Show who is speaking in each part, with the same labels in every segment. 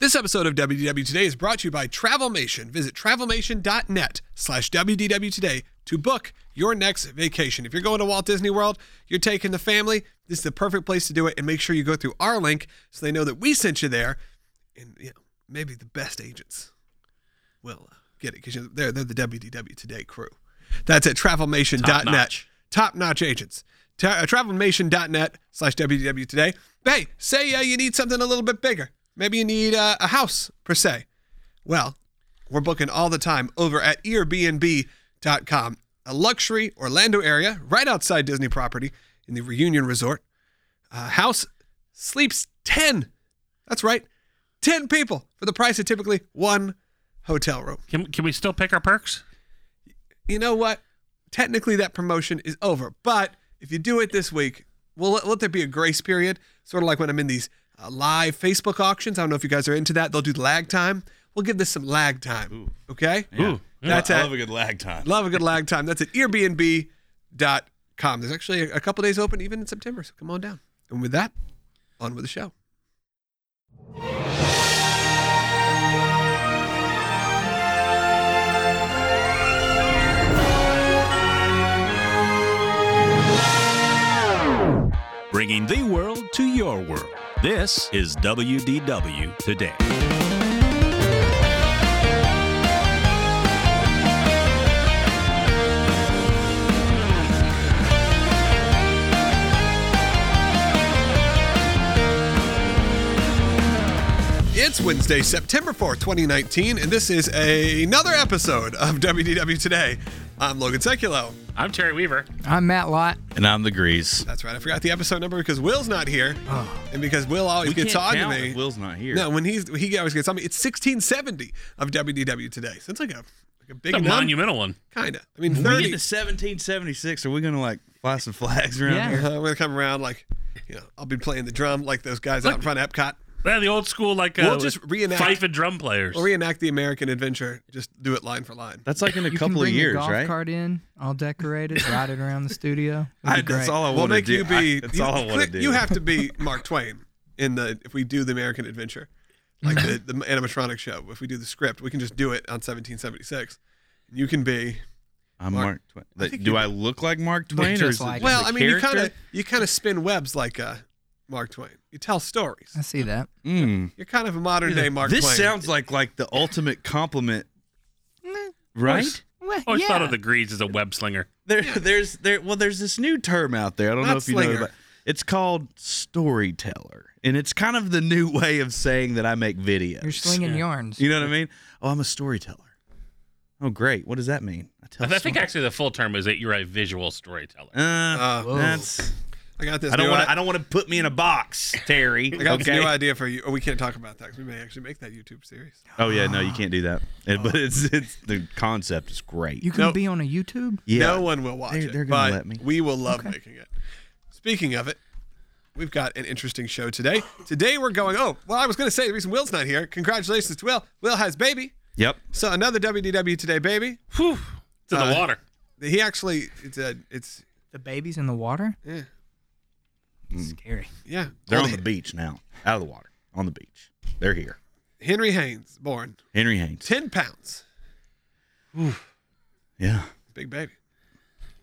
Speaker 1: This episode of WDW Today is brought to you by Travelmation. Visit travelmation.net slash WDW Today to book your next vacation. If you're going to Walt Disney World, you're taking the family, this is the perfect place to do it. And make sure you go through our link so they know that we sent you there. And you know, maybe the best agents will uh, get it because they're, they're the WDW Today crew. That's at travelmation.net.
Speaker 2: Top-notch.
Speaker 1: Top notch agents. Ta- uh, travelmation.net slash WDW today. Hey, say uh, you need something a little bit bigger. Maybe you need uh, a house per se. Well, we're booking all the time over at Airbnb.com, a luxury Orlando area right outside Disney property in the Reunion Resort. Uh, house sleeps 10. That's right, 10 people for the price of typically one hotel room.
Speaker 2: Can, can we still pick our perks?
Speaker 1: you know what? Technically, that promotion is over. But if you do it this week, we'll let, let there be a grace period, sort of like when I'm in these uh, live Facebook auctions. I don't know if you guys are into that. They'll do lag time. We'll give this some lag time. Okay?
Speaker 2: Ooh.
Speaker 1: That's
Speaker 3: Mm. I
Speaker 1: at,
Speaker 3: love a good lag time.
Speaker 1: love a good lag time. That's at Airbnb.com. There's actually a, a couple days open, even in September. So come on down. And with that, on with the show.
Speaker 4: bringing the world to your world. This is WDW Today.
Speaker 1: It's Wednesday, September 4th, 2019, and this is a- another episode of WDW Today. I'm Logan Seculo.
Speaker 2: I'm Terry Weaver.
Speaker 5: I'm Matt Lott.
Speaker 3: And I'm the grease.
Speaker 1: That's right. I forgot the episode number because Will's not here, and because Will always
Speaker 3: Oh. We
Speaker 1: gets
Speaker 3: can't
Speaker 1: on to
Speaker 3: count
Speaker 1: me.
Speaker 3: if Will's not here.
Speaker 1: No, when he's he always gets on me. It's 1670 of WDW today. So it's like a like a big
Speaker 2: It's a
Speaker 1: number,
Speaker 2: monumental one.
Speaker 1: kinda. I mean,
Speaker 3: When we get to
Speaker 1: 30.
Speaker 3: 1776, are we gonna like fly some flags around
Speaker 5: Yeah.
Speaker 3: here?
Speaker 1: Uh, we're gonna come around like, you know, I'll be playing the drum like those guys out in front of Epcot.
Speaker 2: Yeah, the old school like uh,
Speaker 1: We'll just reenact-
Speaker 2: fife and drum players.
Speaker 1: We'll reenact the American Adventure. Just do it line for line.
Speaker 3: That's like in a
Speaker 5: You can
Speaker 3: couple of
Speaker 5: bring
Speaker 3: years,
Speaker 5: your golf
Speaker 3: right?
Speaker 5: cart in, all decorated, ride it around the studio. It'd
Speaker 3: I,
Speaker 5: be
Speaker 3: that's
Speaker 5: great.
Speaker 3: all I
Speaker 1: we'll
Speaker 3: want to
Speaker 1: make
Speaker 3: do.
Speaker 1: you be.
Speaker 3: I- that's
Speaker 1: you,
Speaker 3: all I want to
Speaker 1: click-
Speaker 3: do.
Speaker 1: You have to be Mark Twain in the if we do the American Adventure, like the, the animatronic show. If we do the script, we can just do it on 1776. You can be
Speaker 3: I'm
Speaker 1: Mark-
Speaker 3: Mark Twain. Like,
Speaker 1: think
Speaker 3: do
Speaker 1: you-
Speaker 3: I look like Mark Twain, or
Speaker 5: just
Speaker 3: is it
Speaker 5: like
Speaker 3: just
Speaker 1: Well,
Speaker 3: a
Speaker 1: I mean, you kind of
Speaker 3: character?
Speaker 1: you kind of spin webs like uh, Mark Twain. You tell stories.
Speaker 5: I see that.
Speaker 3: Mm.
Speaker 1: You're kind of a modern day Mark
Speaker 3: This
Speaker 1: Twain.
Speaker 3: sounds like like the ultimate compliment, right?
Speaker 5: Well,
Speaker 2: I always thought of the Greeds as a web slinger.
Speaker 3: There, there's there. Well, there's this new term out there. I don't
Speaker 1: Not
Speaker 3: know if you know
Speaker 1: slinger.
Speaker 3: about. It's called storyteller, and it's kind of the new way of saying that I make videos.
Speaker 5: You're slinging yarns.
Speaker 3: You know what I mean? Oh, I'm a storyteller. Oh, great. What does that mean? I tell.
Speaker 2: I think
Speaker 3: stories.
Speaker 2: actually the full term is that you're a visual storyteller.
Speaker 3: Uh,
Speaker 1: Whoa.
Speaker 3: that's.
Speaker 1: I got this.
Speaker 3: I don't
Speaker 1: new
Speaker 3: want.
Speaker 1: i-
Speaker 3: I don't want to put me in a box, Terry.
Speaker 1: I got this new
Speaker 3: Okay.
Speaker 1: idea for you. Oh, we can't talk about that 'cause we may actually make that YouTube series.
Speaker 3: Oh yeah, no, you can't do that. It- But it's it's the concept is great.
Speaker 5: You can
Speaker 1: Nope.
Speaker 5: be on a YouTube.
Speaker 3: yeah.
Speaker 1: No one will watch
Speaker 3: They're-
Speaker 1: it.
Speaker 3: they're
Speaker 1: but
Speaker 3: gonna let me.
Speaker 1: We will love making it. Speaking of it, we've got an interesting show today. Today we're going. Oh, well, I was going to say the reason Will's not here. Congratulations to Will. Will has baby.
Speaker 3: Yep.
Speaker 1: So another WDW today baby.
Speaker 2: Whew, to the
Speaker 1: Uh,
Speaker 2: water.
Speaker 1: He actually it's a, it's
Speaker 5: The baby's in the water.
Speaker 1: Yeah.
Speaker 5: Scary.
Speaker 1: yeah.
Speaker 3: They're
Speaker 1: Old
Speaker 3: on the
Speaker 1: Hen-
Speaker 3: beach now, out of the water, on the beach. They're here.
Speaker 1: Henry Haynes born
Speaker 3: Henry Haynes.
Speaker 1: ten pounds.
Speaker 3: Yeah.
Speaker 1: Big baby.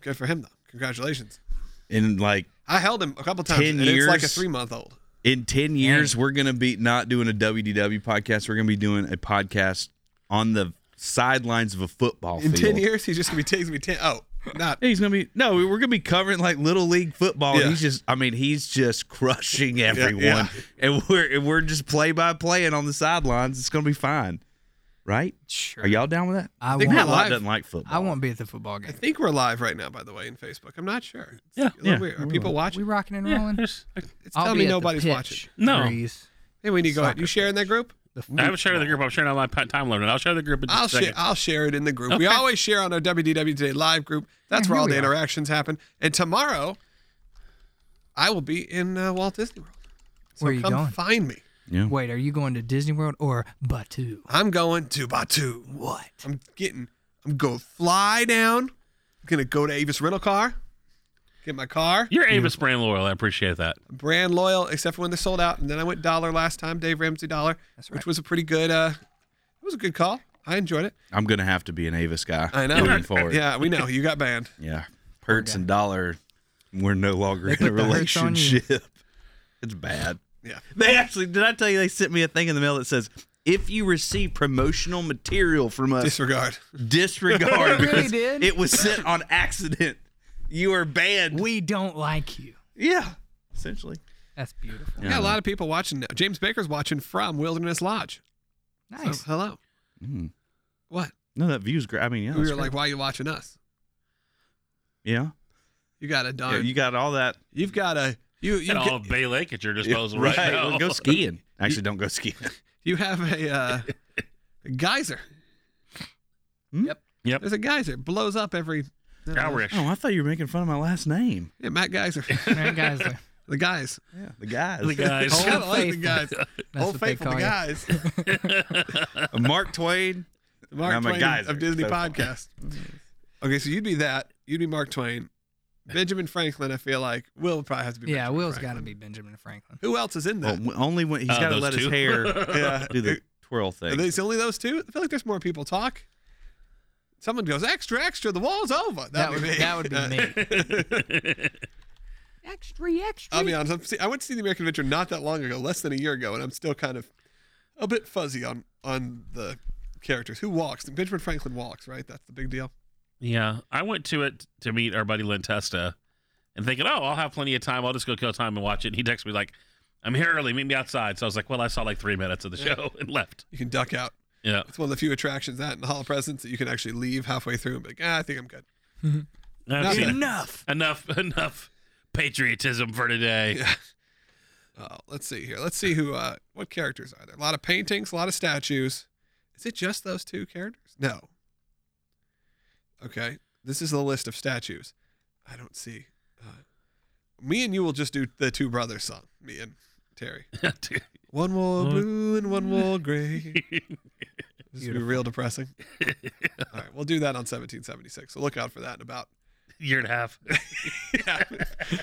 Speaker 1: Good for him though. Congratulations.
Speaker 3: In like
Speaker 1: I held him a couple times.
Speaker 3: 10
Speaker 1: and It's like a
Speaker 3: years?
Speaker 1: three month old.
Speaker 3: in ten years, we're gonna be not doing a WDW podcast. We're gonna be doing a podcast on the sidelines of a football
Speaker 1: In
Speaker 3: field.
Speaker 1: ten years, he's just gonna be taking me ten. Oh, not
Speaker 3: He's gonna be no. We're gonna be covering like little league football.
Speaker 1: Yeah.
Speaker 3: And he's just, I mean, he's just crushing everyone,
Speaker 1: yeah.
Speaker 3: and we're and we're just play by playing on the sidelines. It's gonna be fine, right?
Speaker 5: Sure.
Speaker 3: Are y'all down with that?
Speaker 5: I
Speaker 1: Think
Speaker 5: won't.
Speaker 1: we're
Speaker 3: Matt
Speaker 1: live.
Speaker 3: Lott doesn't like football.
Speaker 5: I won't be at the football
Speaker 1: I
Speaker 5: game.
Speaker 1: think we're live right now, by the way, in Facebook. I'm not sure. It's
Speaker 2: Yeah,
Speaker 1: a little
Speaker 3: yeah,
Speaker 1: weird. Are
Speaker 3: we're
Speaker 1: people
Speaker 5: We
Speaker 1: watching?
Speaker 5: rocking and
Speaker 2: Yeah,
Speaker 5: rolling.
Speaker 2: there's- I-
Speaker 1: It's
Speaker 5: I'll
Speaker 1: telling me
Speaker 5: be at the
Speaker 1: nobody's
Speaker 5: pitch.
Speaker 1: watching.
Speaker 2: No.
Speaker 5: Grease.
Speaker 1: Hey, we need to go ahead. You
Speaker 5: Soccer
Speaker 1: sharing that group?
Speaker 5: The
Speaker 2: I haven't shared the group. I'm sharing on my pa- time limit. I'll share the group in just
Speaker 1: I'll
Speaker 2: a second.
Speaker 1: share. I'll share it in the group. We
Speaker 2: Okay.
Speaker 1: always share on our WDW Today live group. That's
Speaker 5: Yeah,
Speaker 1: where
Speaker 5: here
Speaker 1: all
Speaker 5: we
Speaker 1: the
Speaker 5: are.
Speaker 1: interactions happen. And tomorrow, I will be in uh, Walt Disney World. So
Speaker 5: Where are you
Speaker 1: come
Speaker 5: going?
Speaker 1: find me.
Speaker 3: Yeah.
Speaker 5: Wait, are you going to Disney World or Batu?
Speaker 1: I'm going to Batu.
Speaker 5: What?
Speaker 1: I'm getting. I'm going to fly down. I'm gonna go to Avis rental car. Get my car.
Speaker 2: You're Amos brand loyal. I appreciate that.
Speaker 1: Brand loyal, except for when they're sold out. And then I went dollar last time, Dave Ramsey dollar,
Speaker 5: That's
Speaker 1: which
Speaker 5: right.
Speaker 1: was a pretty good. uh It was a good call. I enjoyed it.
Speaker 3: I'm gonna have to be an Avis guy.
Speaker 1: I know.
Speaker 3: Moving forward.
Speaker 1: Yeah, we know you got banned.
Speaker 3: Yeah. Hertz and Dollar, we're no longer in
Speaker 5: put
Speaker 3: a
Speaker 5: the Hertz on you.
Speaker 3: relationship. It's bad.
Speaker 1: Yeah.
Speaker 3: They actually did I tell you they sent me a thing in the mail that says if you receive promotional material from us,
Speaker 1: Disregard.
Speaker 3: disregard
Speaker 5: They really
Speaker 3: because
Speaker 5: did?
Speaker 3: it was sent on accident. You are banned.
Speaker 5: We don't like you.
Speaker 3: yeah, essentially.
Speaker 5: That's beautiful.
Speaker 1: Yeah, a lot of people watching. now. James Baker's watching from Wilderness Lodge. So,
Speaker 5: Nice.
Speaker 1: hello.
Speaker 3: Mm.
Speaker 1: What?
Speaker 3: No, that view's great. I mean, yeah,
Speaker 1: we
Speaker 3: that's
Speaker 1: were like,
Speaker 3: great.
Speaker 1: why are you watching us?
Speaker 3: yeah,
Speaker 1: You got a darn.
Speaker 3: yeah, you got all that.
Speaker 1: You've got a you you
Speaker 2: You and
Speaker 1: ca-
Speaker 2: all of Bay Lake at your disposal right, now.
Speaker 3: Well, go skiing. Actually, don't go skiing.
Speaker 1: you have a uh, geyser.
Speaker 3: Hmm?
Speaker 1: Yep.
Speaker 2: Yep.
Speaker 1: There's a geyser blows up every. I don't know.
Speaker 2: Hour-ish.
Speaker 3: oh, I thought you were making fun of my last name.
Speaker 1: Yeah, Matt Geyser.
Speaker 5: Man, guys, like,
Speaker 1: the guys.
Speaker 3: Yeah, the guys.
Speaker 2: The guys.
Speaker 5: Old
Speaker 1: Kinda like the
Speaker 5: Faithful.
Speaker 1: guys.
Speaker 5: that's
Speaker 1: Old
Speaker 5: what they
Speaker 1: faithful
Speaker 5: call
Speaker 1: the
Speaker 5: you.
Speaker 1: guys.
Speaker 3: Mark Twain.
Speaker 1: Mark
Speaker 3: I'm a
Speaker 1: Twain
Speaker 3: geyser.
Speaker 1: of Disney
Speaker 3: So funny. Mm-hmm.
Speaker 1: podcast. Okay, so you'd be that. You'd be Mark Twain. Benjamin Franklin. I feel like Will would probably have to be.
Speaker 5: Yeah,
Speaker 1: Benjamin
Speaker 5: Will's
Speaker 1: Franklin.
Speaker 5: got to be Benjamin Franklin.
Speaker 1: Who else is in
Speaker 3: Well,
Speaker 1: that?
Speaker 3: w- only when he's
Speaker 2: Uh,
Speaker 3: got to
Speaker 2: those
Speaker 3: let his
Speaker 2: two?
Speaker 3: hair
Speaker 1: yeah.
Speaker 3: do the twirl
Speaker 1: Are
Speaker 3: thing.
Speaker 1: these only those two? I feel like there's more people talk. Someone goes extra, extra. The wall's over. That'd
Speaker 5: That
Speaker 1: be
Speaker 5: would
Speaker 1: me.
Speaker 5: that would be
Speaker 1: Uh,
Speaker 5: me.
Speaker 1: I'll be honest. I'm see, I went to see the American Adventure not that long ago, less than a year ago, and I'm still kind of a bit fuzzy on on the characters. Who walks? Benjamin Franklin walks, right? That's the big deal.
Speaker 2: Yeah, I went to it to meet our buddy Lynn Testa, and thinking, oh, I'll have plenty of time. I'll just go kill time and watch it. And he texted me like, "I'm here early. Meet me outside." So I was like, "Well, I saw like three minutes of the show and left."
Speaker 1: You can duck out.
Speaker 2: Yeah,
Speaker 1: It's one of the few attractions that in the Hall of Presidents that you can actually leave halfway through and be like, ah, I think I'm good.
Speaker 2: I've
Speaker 1: Not
Speaker 2: seen
Speaker 5: Enough.
Speaker 2: enough enough patriotism for today.
Speaker 1: Uh, let's see here. Let's see who. Uh, what characters are there? A lot of paintings, a lot of statues. Is it just those two characters? No. Okay, this is the list of statues. I don't see. Uh, me and you will just do the two brothers song. Me and Terry.
Speaker 2: Dude.
Speaker 1: One wore
Speaker 2: One-
Speaker 1: blue and one wore gray. This would be real depressing. All right, we'll do that on 1776. So look out for that in about
Speaker 2: Year and a half.
Speaker 1: yeah,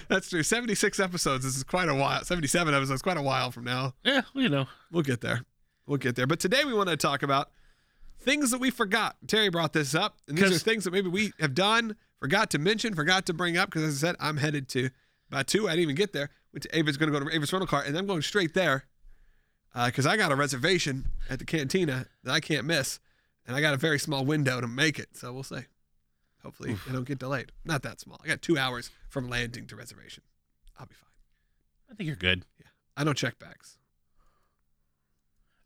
Speaker 1: that's true. 76 episodes. This is quite a while. 77 episodes. Quite a while from now.
Speaker 2: yeah, well, you know.
Speaker 1: We'll get there. We'll get there. But today we want to talk about things that we forgot. Terry brought this up, and these are
Speaker 2: 'Cause-
Speaker 1: things that maybe we have done, forgot to mention, forgot to bring up. Because as I said, I'm headed to by two. I didn't even get there. Went to Ava's. Going to go to Ava's rental car, and I'm going straight there because I got a reservation at the cantina that I can't miss, and I got a very small window to make it. So we'll see. Hopefully, I don't get delayed. Not that small. I got two hours from landing to reservation. I'll be fine.
Speaker 2: I think you're good.
Speaker 1: I don't check bags.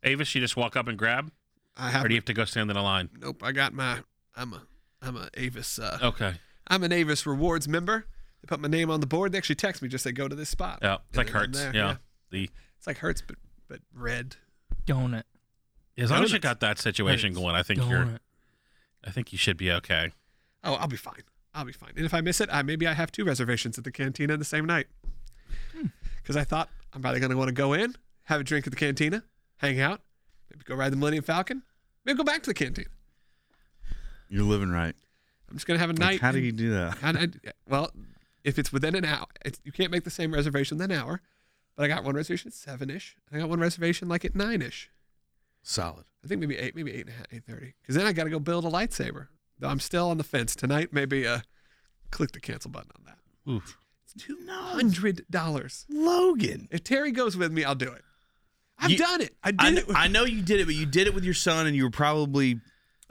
Speaker 2: Avis, you just walk up and grab,
Speaker 1: I have
Speaker 2: or do you have to go stand in a line?
Speaker 1: Nope, I got my. I'm a. I'm a Avis. Uh,
Speaker 2: Okay.
Speaker 1: I'm an Avis Rewards member. They put my name on the board. They actually text me just say go to this spot.
Speaker 2: Yeah, it's like
Speaker 1: And I'm
Speaker 2: Hertz.
Speaker 1: there,
Speaker 2: yeah. The
Speaker 1: it's like Hertz, but but red.
Speaker 5: Donut.
Speaker 2: as long as
Speaker 1: Donuts.
Speaker 2: you got that situation
Speaker 5: Hertz.
Speaker 2: going, I think you're.
Speaker 5: Donut.
Speaker 2: I think you should be okay.
Speaker 1: Oh, I'll be fine. I'll be fine. And if I miss it, I maybe I have two reservations at the cantina the same night.
Speaker 3: Hmm.
Speaker 1: Because I thought I'm probably gonna want to go in, have a drink at the cantina, hang out, maybe go ride the Millennium Falcon, maybe go back to the cantina.
Speaker 3: You're living right.
Speaker 1: I'm just gonna have a
Speaker 3: Like,
Speaker 1: night.
Speaker 3: how do
Speaker 1: in-
Speaker 3: you do that?
Speaker 1: How did I- uh, well, if it's within an hour, it's, you can't make the same reservation than an hour. But I got one reservation at seven ish, and I got one reservation like at nine ish.
Speaker 3: Solid.
Speaker 1: I think maybe eight, maybe eight and a half, eight thirty. Because then I got to go build a lightsaber. Though I'm still on the fence tonight. Maybe uh, click the cancel button on that.
Speaker 2: Oof.
Speaker 1: It's two hundred dollars.
Speaker 3: Logan.
Speaker 1: If Terry goes with me, I'll do it. I've
Speaker 3: You-
Speaker 1: done it. I did
Speaker 3: I, kn-
Speaker 1: it. With,
Speaker 3: I know you did it, but you did it with your son, and you were probably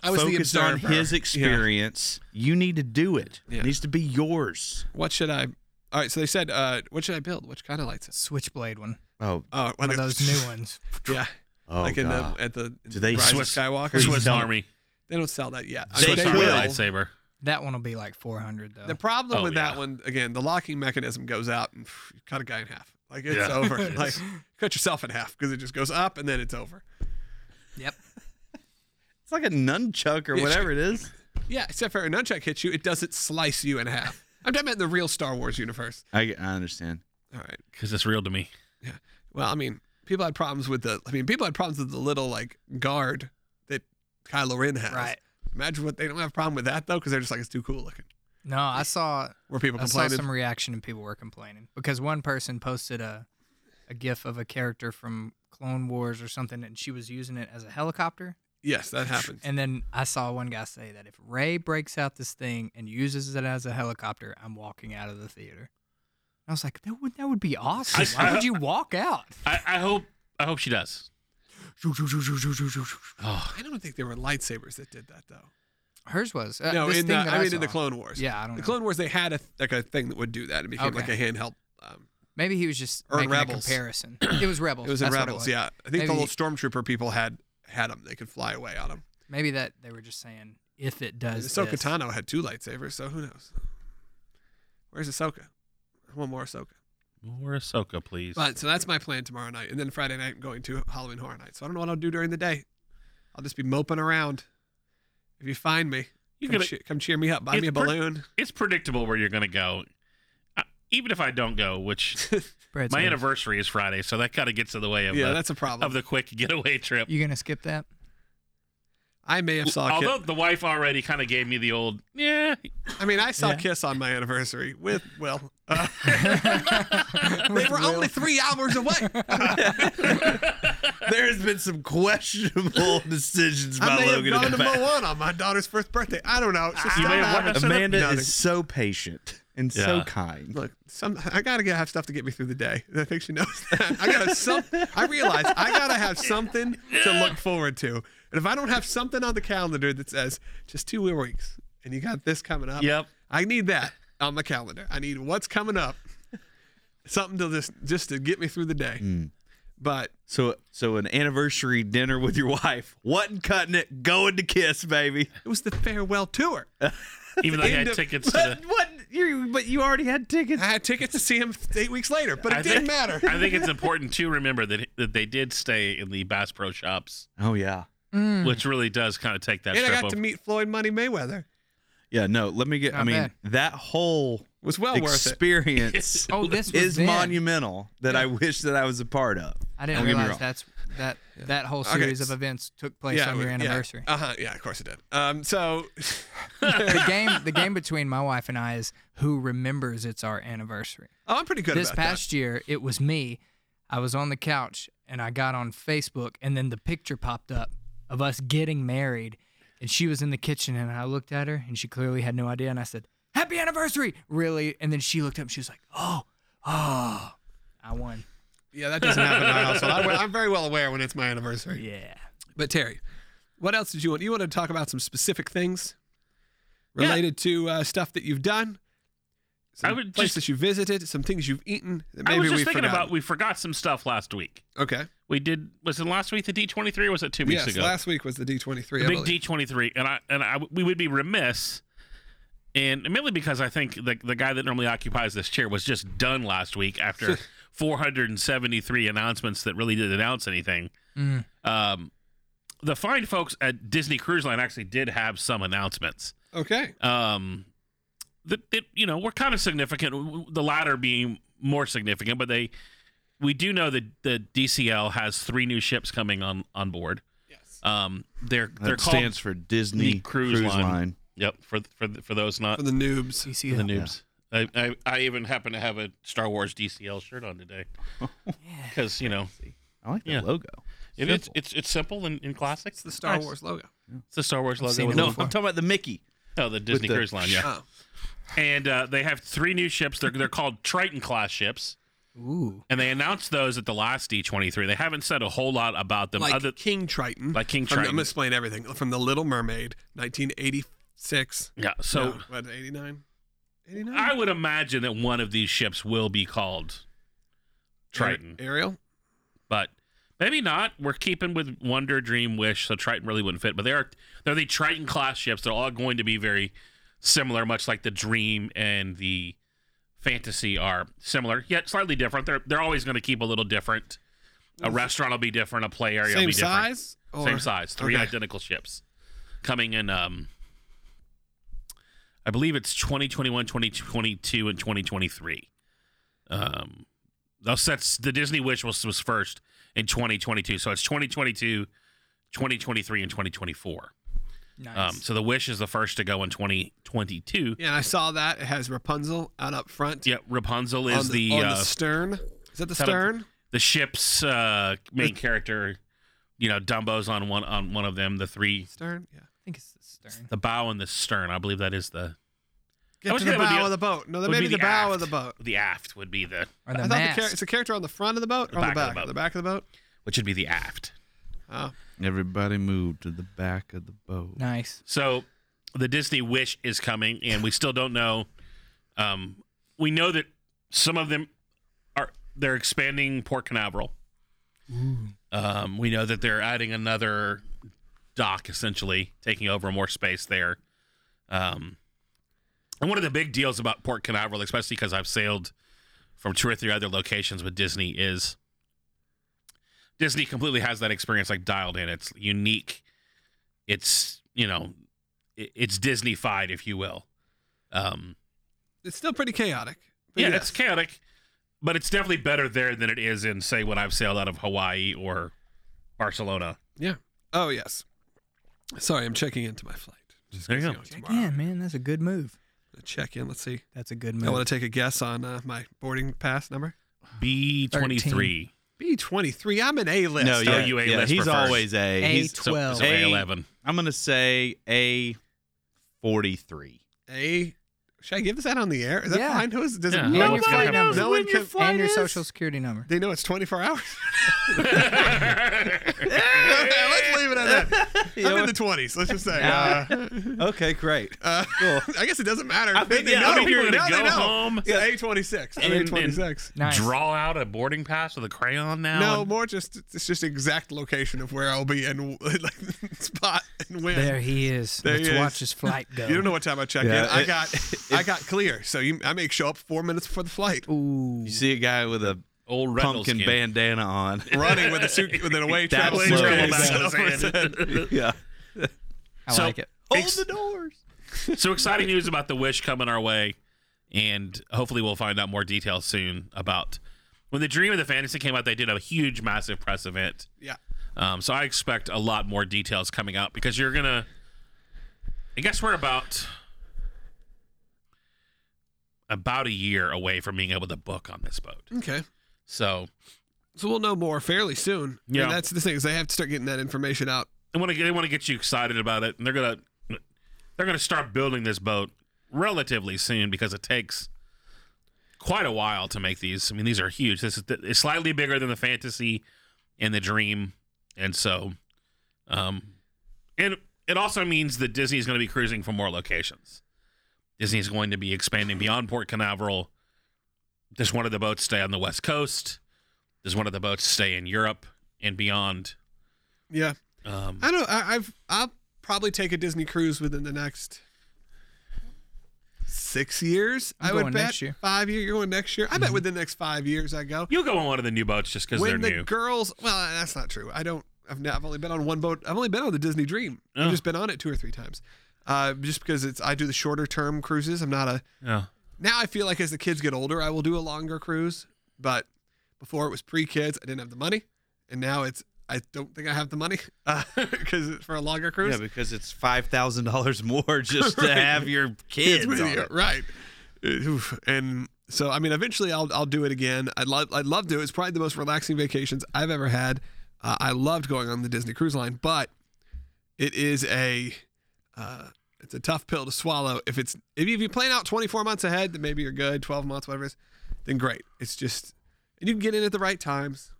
Speaker 1: I was the
Speaker 3: focused on
Speaker 1: observer.
Speaker 3: his
Speaker 1: Yeah.
Speaker 3: experience. You need to do it.
Speaker 1: Yeah.
Speaker 3: It needs to be yours.
Speaker 1: What should I? All right. So they said, uh, what should I build? Which kind of lightsaber?
Speaker 5: Switchblade one.
Speaker 3: Oh,
Speaker 1: Oh, one
Speaker 5: One of those new ones.
Speaker 1: Yeah.
Speaker 3: oh
Speaker 1: like in the,
Speaker 3: God.
Speaker 1: at the
Speaker 3: Do they
Speaker 1: Rise of
Speaker 3: Swiss-
Speaker 1: Skywalker.
Speaker 3: Please
Speaker 2: Swiss
Speaker 3: don't.
Speaker 2: Army.
Speaker 1: They don't sell that yet. I
Speaker 3: They
Speaker 1: mean,
Speaker 2: Swiss Army
Speaker 3: will.
Speaker 2: lightsaber.
Speaker 5: That one will be like 400 though.
Speaker 1: The problem
Speaker 2: Oh,
Speaker 1: with that
Speaker 2: yeah.
Speaker 1: one, again, the locking mechanism goes out and pff, you cut a guy in half. Like it's
Speaker 2: Yeah.
Speaker 1: over. like cut yourself in half because it just goes up and then it's over.
Speaker 5: yep.
Speaker 3: it's like a nunchuck or
Speaker 1: Yeah,
Speaker 3: whatever it is.
Speaker 1: Yeah, except for a nunchuck hits you, it doesn't slice you in half. I'm talking about the real Star Wars universe.
Speaker 3: I, I understand.
Speaker 1: All right.
Speaker 2: Because it's real to me.
Speaker 1: Well, I mean, people had problems with the. I mean, people had problems with the little like guard that Kylo Ren has.
Speaker 5: Right.
Speaker 1: Imagine what they don't have a problem with that though because they're just like it's too cool looking.
Speaker 5: No, I saw
Speaker 1: Were people
Speaker 5: I saw
Speaker 1: complaining?
Speaker 5: some reaction and people were complaining because one person posted a a gif of a character from Clone Wars or something, and she was using it as a helicopter.
Speaker 1: yes, that happens.
Speaker 5: And then I saw one guy say that if Ray breaks out this thing and uses it as a helicopter, I'm walking out of the theater. I was like, that would that would be awesome. Why would you walk out?
Speaker 2: I, I hope I hope she does.
Speaker 1: I don't think there were lightsabers that did that though.
Speaker 5: Hers was uh,
Speaker 1: no,
Speaker 5: this
Speaker 1: in the,
Speaker 5: thing
Speaker 1: I,
Speaker 5: that I,
Speaker 1: mean in the
Speaker 5: saw.
Speaker 1: Clone Wars.
Speaker 5: Yeah, I don't
Speaker 1: the
Speaker 5: know.
Speaker 1: Clone Wars they had a like a thing that would do that. It became like
Speaker 5: Okay.
Speaker 1: a handheld. Um,
Speaker 5: Maybe he was just
Speaker 1: Or in
Speaker 5: making a
Speaker 1: Rebels.
Speaker 5: comparison. It was Rebels.
Speaker 1: it was in
Speaker 5: That's what
Speaker 1: Rebels. Yeah, I think
Speaker 5: Maybe-
Speaker 1: the little stormtrooper people had had them. They could fly away on them.
Speaker 5: Maybe that they were just saying if it does.
Speaker 1: Ahsoka
Speaker 5: this.
Speaker 1: Tano had two lightsabers, so who knows? Where's Ahsoka? I want more Ahsoka.
Speaker 2: More Ahsoka, please.
Speaker 1: But so that's my plan tomorrow night, and then Friday night I'm going to Halloween Horror Night. So I don't know what I'll do during the day. I'll just be moping around. If you find me,
Speaker 2: You
Speaker 1: come,
Speaker 2: could-
Speaker 1: che- come cheer me up. Buy
Speaker 2: It's
Speaker 1: me a
Speaker 2: per-
Speaker 1: balloon.
Speaker 2: it's predictable where you're going to go. Uh, even if I don't go, which
Speaker 5: Brett's
Speaker 2: my
Speaker 5: like,
Speaker 2: anniversary is Friday, so that kind of gets in the way of,
Speaker 1: yeah,
Speaker 2: the,
Speaker 1: that's a problem.
Speaker 2: of the quick getaway trip.
Speaker 5: You gonna skip that?
Speaker 1: I may have saw.
Speaker 2: Although
Speaker 1: Kiss.
Speaker 2: the wife already kind of gave me the old, yeah,
Speaker 1: I mean, I saw
Speaker 5: Yeah.
Speaker 1: Kiss on my anniversary with Will. Uh, they were only three hours away.
Speaker 3: There has been some questionable decisions
Speaker 1: I
Speaker 3: by
Speaker 1: may have
Speaker 3: Logan
Speaker 1: gone
Speaker 3: in
Speaker 1: to
Speaker 3: the past.
Speaker 1: Moana on my daughter's first birthday. I don't know. It's just
Speaker 2: You
Speaker 1: not
Speaker 2: may have
Speaker 1: happening.
Speaker 2: witnessed it.
Speaker 3: Amanda
Speaker 1: Nothing.
Speaker 3: is so patient and so
Speaker 2: Yeah.
Speaker 3: kind.
Speaker 1: Look, some I gotta get, have stuff to get me through the day. I think she knows that. I gotta some. I realize I gotta have something to look forward to, and if I don't have something on the calendar that says just two weeks and you got this coming up,
Speaker 2: Yep.
Speaker 1: I need that on my calendar. I need what's coming up, something to just just to get me through the day. But
Speaker 3: So, so an anniversary dinner with your wife wasn't cutting it. Going to kiss, baby.
Speaker 1: it was the farewell tour. I
Speaker 2: even though I
Speaker 1: End
Speaker 2: had
Speaker 1: of-
Speaker 2: tickets to
Speaker 3: But
Speaker 2: the.
Speaker 3: what? You but you already had tickets.
Speaker 1: had tickets to see him eight weeks later, but it
Speaker 2: I
Speaker 1: didn't
Speaker 2: think-
Speaker 1: matter.
Speaker 2: I think it's important to remember that that they did stay in the Bass Pro Shops,
Speaker 3: Oh yeah,
Speaker 2: which really does kind of take that
Speaker 1: Hmm. And I
Speaker 2: trip
Speaker 1: got
Speaker 2: over.
Speaker 1: to meet Floyd Money Mayweather. It
Speaker 3: yeah. No, let me get. I
Speaker 5: Not
Speaker 3: mean,
Speaker 5: bad.
Speaker 3: that whole
Speaker 1: was well worth it.
Speaker 3: experience
Speaker 5: Oh, this was
Speaker 3: is
Speaker 5: then.
Speaker 3: monumental. That I wish that I was a part of.
Speaker 5: I didn't
Speaker 3: Don't get me
Speaker 5: realize
Speaker 3: wrong.
Speaker 5: that's that that whole
Speaker 1: Okay,
Speaker 5: series
Speaker 1: s-
Speaker 5: of events took place on your anniversary.
Speaker 1: Uh huh. Yeah, of course it did. Um, so
Speaker 5: the game the game between my wife and I is who remembers it's our anniversary.
Speaker 1: Oh, I'm pretty good
Speaker 5: this
Speaker 1: about that.
Speaker 5: past year it was me. I was on the couch and I got on Facebook and then the picture popped up of us getting married and she was in the kitchen and I looked at her and she clearly had no idea and I said, "Happy anniversary." Really? And then she looked up and she was like, "Oh, oh, I won."
Speaker 1: Yeah, that doesn't happen in our household. I, am very well aware when it's my anniversary.
Speaker 5: Yeah.
Speaker 1: But Terry, what else did you want? You wanted to talk about some specific things related to uh, stuff that you've done, some
Speaker 2: I would
Speaker 1: places
Speaker 2: just-
Speaker 1: you visited, some things you've eaten that maybe
Speaker 2: I was just
Speaker 1: we've
Speaker 2: thinking
Speaker 1: forgotten.
Speaker 2: about we forgot some stuff last week.
Speaker 1: okay.
Speaker 2: We did was it last week the D twenty three or was it two weeks
Speaker 1: Yes,
Speaker 2: ago?
Speaker 1: last week was the D23. I
Speaker 2: the big
Speaker 1: believe.
Speaker 2: D twenty three, and I and I we would be remiss, and mainly because I think the the guy that normally occupies this chair was just done last week after four hundred and seventy three announcements that really didn't announce anything.
Speaker 5: Mm.
Speaker 2: Um, the fine folks at Disney Cruise Line actually did have some announcements.
Speaker 1: Okay.
Speaker 2: Um, that, that you know were kind of significant. w- w- The latter being more significant, but they we do know that the DCL has three new ships coming on on board.
Speaker 1: Yes.
Speaker 2: Um, they're
Speaker 3: That
Speaker 2: they're called
Speaker 3: stands for Disney
Speaker 2: the Cruise
Speaker 3: Cruise,
Speaker 2: Line.
Speaker 3: Line.
Speaker 2: Yep, for for for those not
Speaker 1: For the noobs.
Speaker 5: DC
Speaker 2: the noobs. I, I I even happen to have a Star Wars DCL shirt on today because you know
Speaker 3: I like that
Speaker 2: Yeah.
Speaker 3: logo.
Speaker 2: it, it's it's it's simple and, and classic.
Speaker 1: It's the Star
Speaker 2: Nice.
Speaker 1: Wars logo.
Speaker 2: It's the Star Wars
Speaker 5: seen
Speaker 2: logo.
Speaker 5: it
Speaker 2: with
Speaker 3: No,
Speaker 2: the-
Speaker 3: I'm talking about the Mickey.
Speaker 2: oh, the Disney
Speaker 3: the-
Speaker 2: Cruise Line. Yeah, Uh,
Speaker 1: Oh.
Speaker 2: and uh, they have three new ships. They're they're called Triton class ships,
Speaker 5: Ooh.
Speaker 2: and they announced those at the last D twenty three. They haven't said a whole lot about them
Speaker 1: Like
Speaker 2: other
Speaker 1: King Triton.
Speaker 2: like King
Speaker 1: From the- I'm
Speaker 2: Triton.
Speaker 1: gonna explain everything. From The Little Mermaid, 1986.
Speaker 2: yeah, so
Speaker 1: No, what, 89? 89?
Speaker 2: I would imagine that one of these ships will be called Triton.
Speaker 1: Ar- Ariel?
Speaker 2: but maybe not. We're keeping with Wonder, Dream, Wish, so Triton really wouldn't fit. But they are they're the Triton class ships. They're all going to be very similar, much like the Dream and the Fantasy are similar, yet slightly different. They're they're always going to keep a little different. A restaurant will be different. A play area
Speaker 1: Mm.
Speaker 2: will
Speaker 1: Same
Speaker 2: be different.
Speaker 1: size? Or-
Speaker 2: Same size. Three
Speaker 1: Okay.
Speaker 2: identical ships coming in. Um, I believe it's 2021, 2022, and 2023. Um, those sets the Disney Wish was was first in 2022, so it's 2022, 2023, and 2024.
Speaker 5: Nice.
Speaker 2: Um, so the Wish is the first to go in 2022.
Speaker 1: Yeah, and I saw that. It has Rapunzel out up front.
Speaker 2: Yeah, Rapunzel
Speaker 1: on
Speaker 2: is the
Speaker 1: on
Speaker 2: uh,
Speaker 1: the stern. Is that the
Speaker 2: kind of-
Speaker 1: stern?
Speaker 2: the ship's uh, main character. You know, Dumbo's on one on one of them. The three,
Speaker 1: Stern. Yeah.
Speaker 5: I think it's the stern.
Speaker 2: the bow and the stern. I believe that is the I
Speaker 1: Get
Speaker 2: was
Speaker 1: to the
Speaker 2: thinking it would be
Speaker 1: bow
Speaker 2: a-
Speaker 1: of the boat. No, that
Speaker 2: would
Speaker 1: may
Speaker 2: be
Speaker 1: be the
Speaker 2: the
Speaker 1: bow of
Speaker 2: aft.
Speaker 1: the boat.
Speaker 2: the aft would be the
Speaker 1: I
Speaker 5: Or the
Speaker 1: thought
Speaker 5: mask.
Speaker 1: the char- it's a character on the front of the boat or on the back, the back of the boat.
Speaker 2: which would be the aft.
Speaker 1: Oh,
Speaker 3: Everybody move to the back of the boat.
Speaker 5: nice.
Speaker 2: So the Disney Wish is coming, and we still don't know. Um, we know that some of them are they're expanding Port Canaveral. Um, we know that they're adding another dock, essentially taking over more space there. Um, and one of the big deals about Port Canaveral, especially because I've sailed from two or three other locations with Disney, is Disney completely has that experience like dialed in. It's unique. It's you know, it, it's Disney-fied, if you will. Um,
Speaker 1: it's still pretty chaotic. but
Speaker 2: yeah,
Speaker 1: yes.
Speaker 2: it's chaotic, but it's definitely better there than it is in, say, when I've sailed out of Hawaii or Barcelona.
Speaker 1: yeah. Oh yes. Sorry, I'm checking into my flight. Just
Speaker 2: There you
Speaker 1: gonna
Speaker 2: go.
Speaker 1: see
Speaker 5: Check
Speaker 1: how tomorrow.
Speaker 5: in, man. That's a good move.
Speaker 1: Check in. Let's see.
Speaker 5: That's a good
Speaker 1: I
Speaker 5: move.
Speaker 1: want to take a guess on uh, my boarding pass number.
Speaker 2: B twenty three.
Speaker 1: B twenty three. I'm an A list.
Speaker 3: No, yeah,
Speaker 2: you A
Speaker 3: yeah,
Speaker 2: list
Speaker 3: he's
Speaker 2: preferred.
Speaker 3: always A.
Speaker 5: A
Speaker 3: He's-
Speaker 5: twelve.
Speaker 2: So A eleven.
Speaker 3: I'm gonna say A forty-three.
Speaker 1: A. Should I give this out on the air? Is that
Speaker 5: Yeah.
Speaker 1: fine? Who's does
Speaker 2: Yeah.
Speaker 1: it,
Speaker 2: And
Speaker 1: no
Speaker 5: your
Speaker 1: one
Speaker 5: flight
Speaker 1: knows
Speaker 5: number.
Speaker 1: no one can,
Speaker 5: and your social security number.
Speaker 1: They know it's twenty four hours. Let's leave it at that. I'm in the twenties. Let's just say. Uh,
Speaker 3: Okay, great.
Speaker 1: uh,
Speaker 3: Cool.
Speaker 1: I guess it doesn't matter.
Speaker 2: I think-
Speaker 1: they
Speaker 2: yeah, I
Speaker 1: know.
Speaker 2: think you're gonna
Speaker 1: now they
Speaker 2: go
Speaker 1: know.
Speaker 2: home
Speaker 1: Yeah, A twenty six. I'm
Speaker 2: and-
Speaker 1: A
Speaker 2: and-
Speaker 1: twenty six.
Speaker 5: Nice.
Speaker 2: Draw out a boarding pass with a crayon now.
Speaker 1: No,
Speaker 2: and-
Speaker 1: more just it's just exact location of where I'll be and like, spot and when.
Speaker 5: There he is.
Speaker 1: There
Speaker 5: Let's
Speaker 1: he is.
Speaker 5: watch his flight go.
Speaker 1: You don't know what time I checked
Speaker 3: Yeah,
Speaker 1: in. I
Speaker 3: it-
Speaker 1: got I got clear, so you I may show up four minutes before the flight,
Speaker 5: Ooh.
Speaker 3: You see a guy with a
Speaker 2: old Rebel
Speaker 3: pumpkin
Speaker 2: skin.
Speaker 3: bandana on.
Speaker 1: running with a suit with an away
Speaker 3: That
Speaker 1: traveling
Speaker 3: slow.
Speaker 1: case.
Speaker 2: Travel back to his hand.
Speaker 3: yeah.
Speaker 5: I
Speaker 2: So-
Speaker 5: like it.
Speaker 3: Hold the doors.
Speaker 2: so exciting news about the wish coming our way, and hopefully we'll find out more details soon about when the Dream of the Fantasy came out. They did a huge, massive press event.
Speaker 1: Yeah.
Speaker 2: Um, so I expect a lot more details coming out because you're gonna. I guess we're about about a year away from being able to book on this boat.
Speaker 1: Okay.
Speaker 2: So
Speaker 1: So we'll know more fairly soon. I mean,
Speaker 2: Yeah.
Speaker 1: that's the thing is they have to start getting that information out.
Speaker 2: they want to they want to get you excited about it, and they're gonna they're gonna start building this boat relatively soon because it takes quite a while to make these. I mean, these are huge. This is it's slightly bigger than the fantasy and the dream, and so, um, and it also means that Disney is going to be cruising for more locations. Disney is going to be expanding beyond Port Canaveral. Does one of the boats stay on the West Coast? Does one of the boats stay in Europe and beyond?
Speaker 1: Yeah.
Speaker 2: Um,
Speaker 1: I don't I, I've I'll probably take a Disney cruise within the next six years.
Speaker 5: I'm
Speaker 1: I would
Speaker 5: going
Speaker 1: bet
Speaker 5: next year. Mm-hmm.
Speaker 1: five year. You're going next year. I bet within the next five years I go.
Speaker 2: You'll go on one of the new boats just because they're
Speaker 1: when the
Speaker 2: new.
Speaker 1: girls well that's not true i don't I've, ne- I've only been on one boat i've only been on the disney dream
Speaker 2: Oh.
Speaker 1: i've just been on it two or three times uh, just because it's i do the shorter term cruises i'm not a
Speaker 2: yeah.
Speaker 1: now i feel like as the kids get older i will do a longer cruise but before it was pre-kids i didn't have the money and now it's i don't think i have the money because for a longer cruise
Speaker 3: Yeah, because it's five thousand dollars more just to have your
Speaker 1: It's
Speaker 3: kids. on
Speaker 1: with you,
Speaker 3: it.
Speaker 1: right? Uh, Oof. And so, I mean, eventually, I'll I'll do it again. I'd love I'd love to. It's probably the most relaxing vacations I've ever had. Uh, I loved going on the Disney Cruise Line, but it is a uh, it's a tough pill to swallow. If it's if you- if you plan out 24 months ahead, then maybe you're good. 12 months, whatever it is, then great. It's just and you can get in at the right times.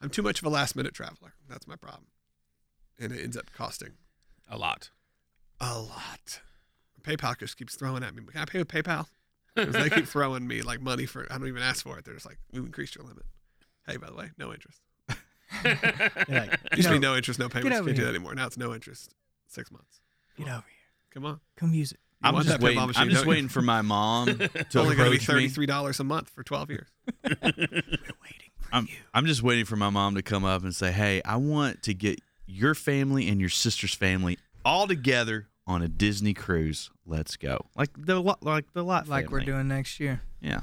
Speaker 1: I'm too much of a last minute traveler. That's my problem, and it ends up costing
Speaker 2: A lot.
Speaker 1: a lot. PayPal just keeps throwing at me. Can I pay with PayPal? 'Cause they keep throwing me like money for I don't even ask for it. They're just like, we've increased your limit. Hey, by the way, no interest.
Speaker 5: You're like,
Speaker 1: It used to be
Speaker 5: no,
Speaker 1: no interest, no payments.
Speaker 5: over
Speaker 1: Can't do
Speaker 5: here.
Speaker 1: that anymore. Now it's no interest. Six months.
Speaker 5: get over here.
Speaker 1: Come on.
Speaker 5: Come use it.
Speaker 1: You
Speaker 3: I'm
Speaker 1: want
Speaker 3: just
Speaker 1: that pinball
Speaker 3: waiting.
Speaker 1: machine,
Speaker 3: I'm just
Speaker 1: don't you?
Speaker 3: waiting for my mom to
Speaker 1: It's only going to be
Speaker 3: approach me.
Speaker 1: thirty three dollars a month for twelve years.
Speaker 5: We're waiting for
Speaker 3: I'm,
Speaker 5: you.
Speaker 3: I'm just waiting for my mom to come up and say, "Hey, I want to get your family and your sister's family all together on a Disney cruise. Let's go!" Like the lot, like the lot,
Speaker 5: Like we're
Speaker 3: family.
Speaker 5: doing next year.
Speaker 3: Yeah,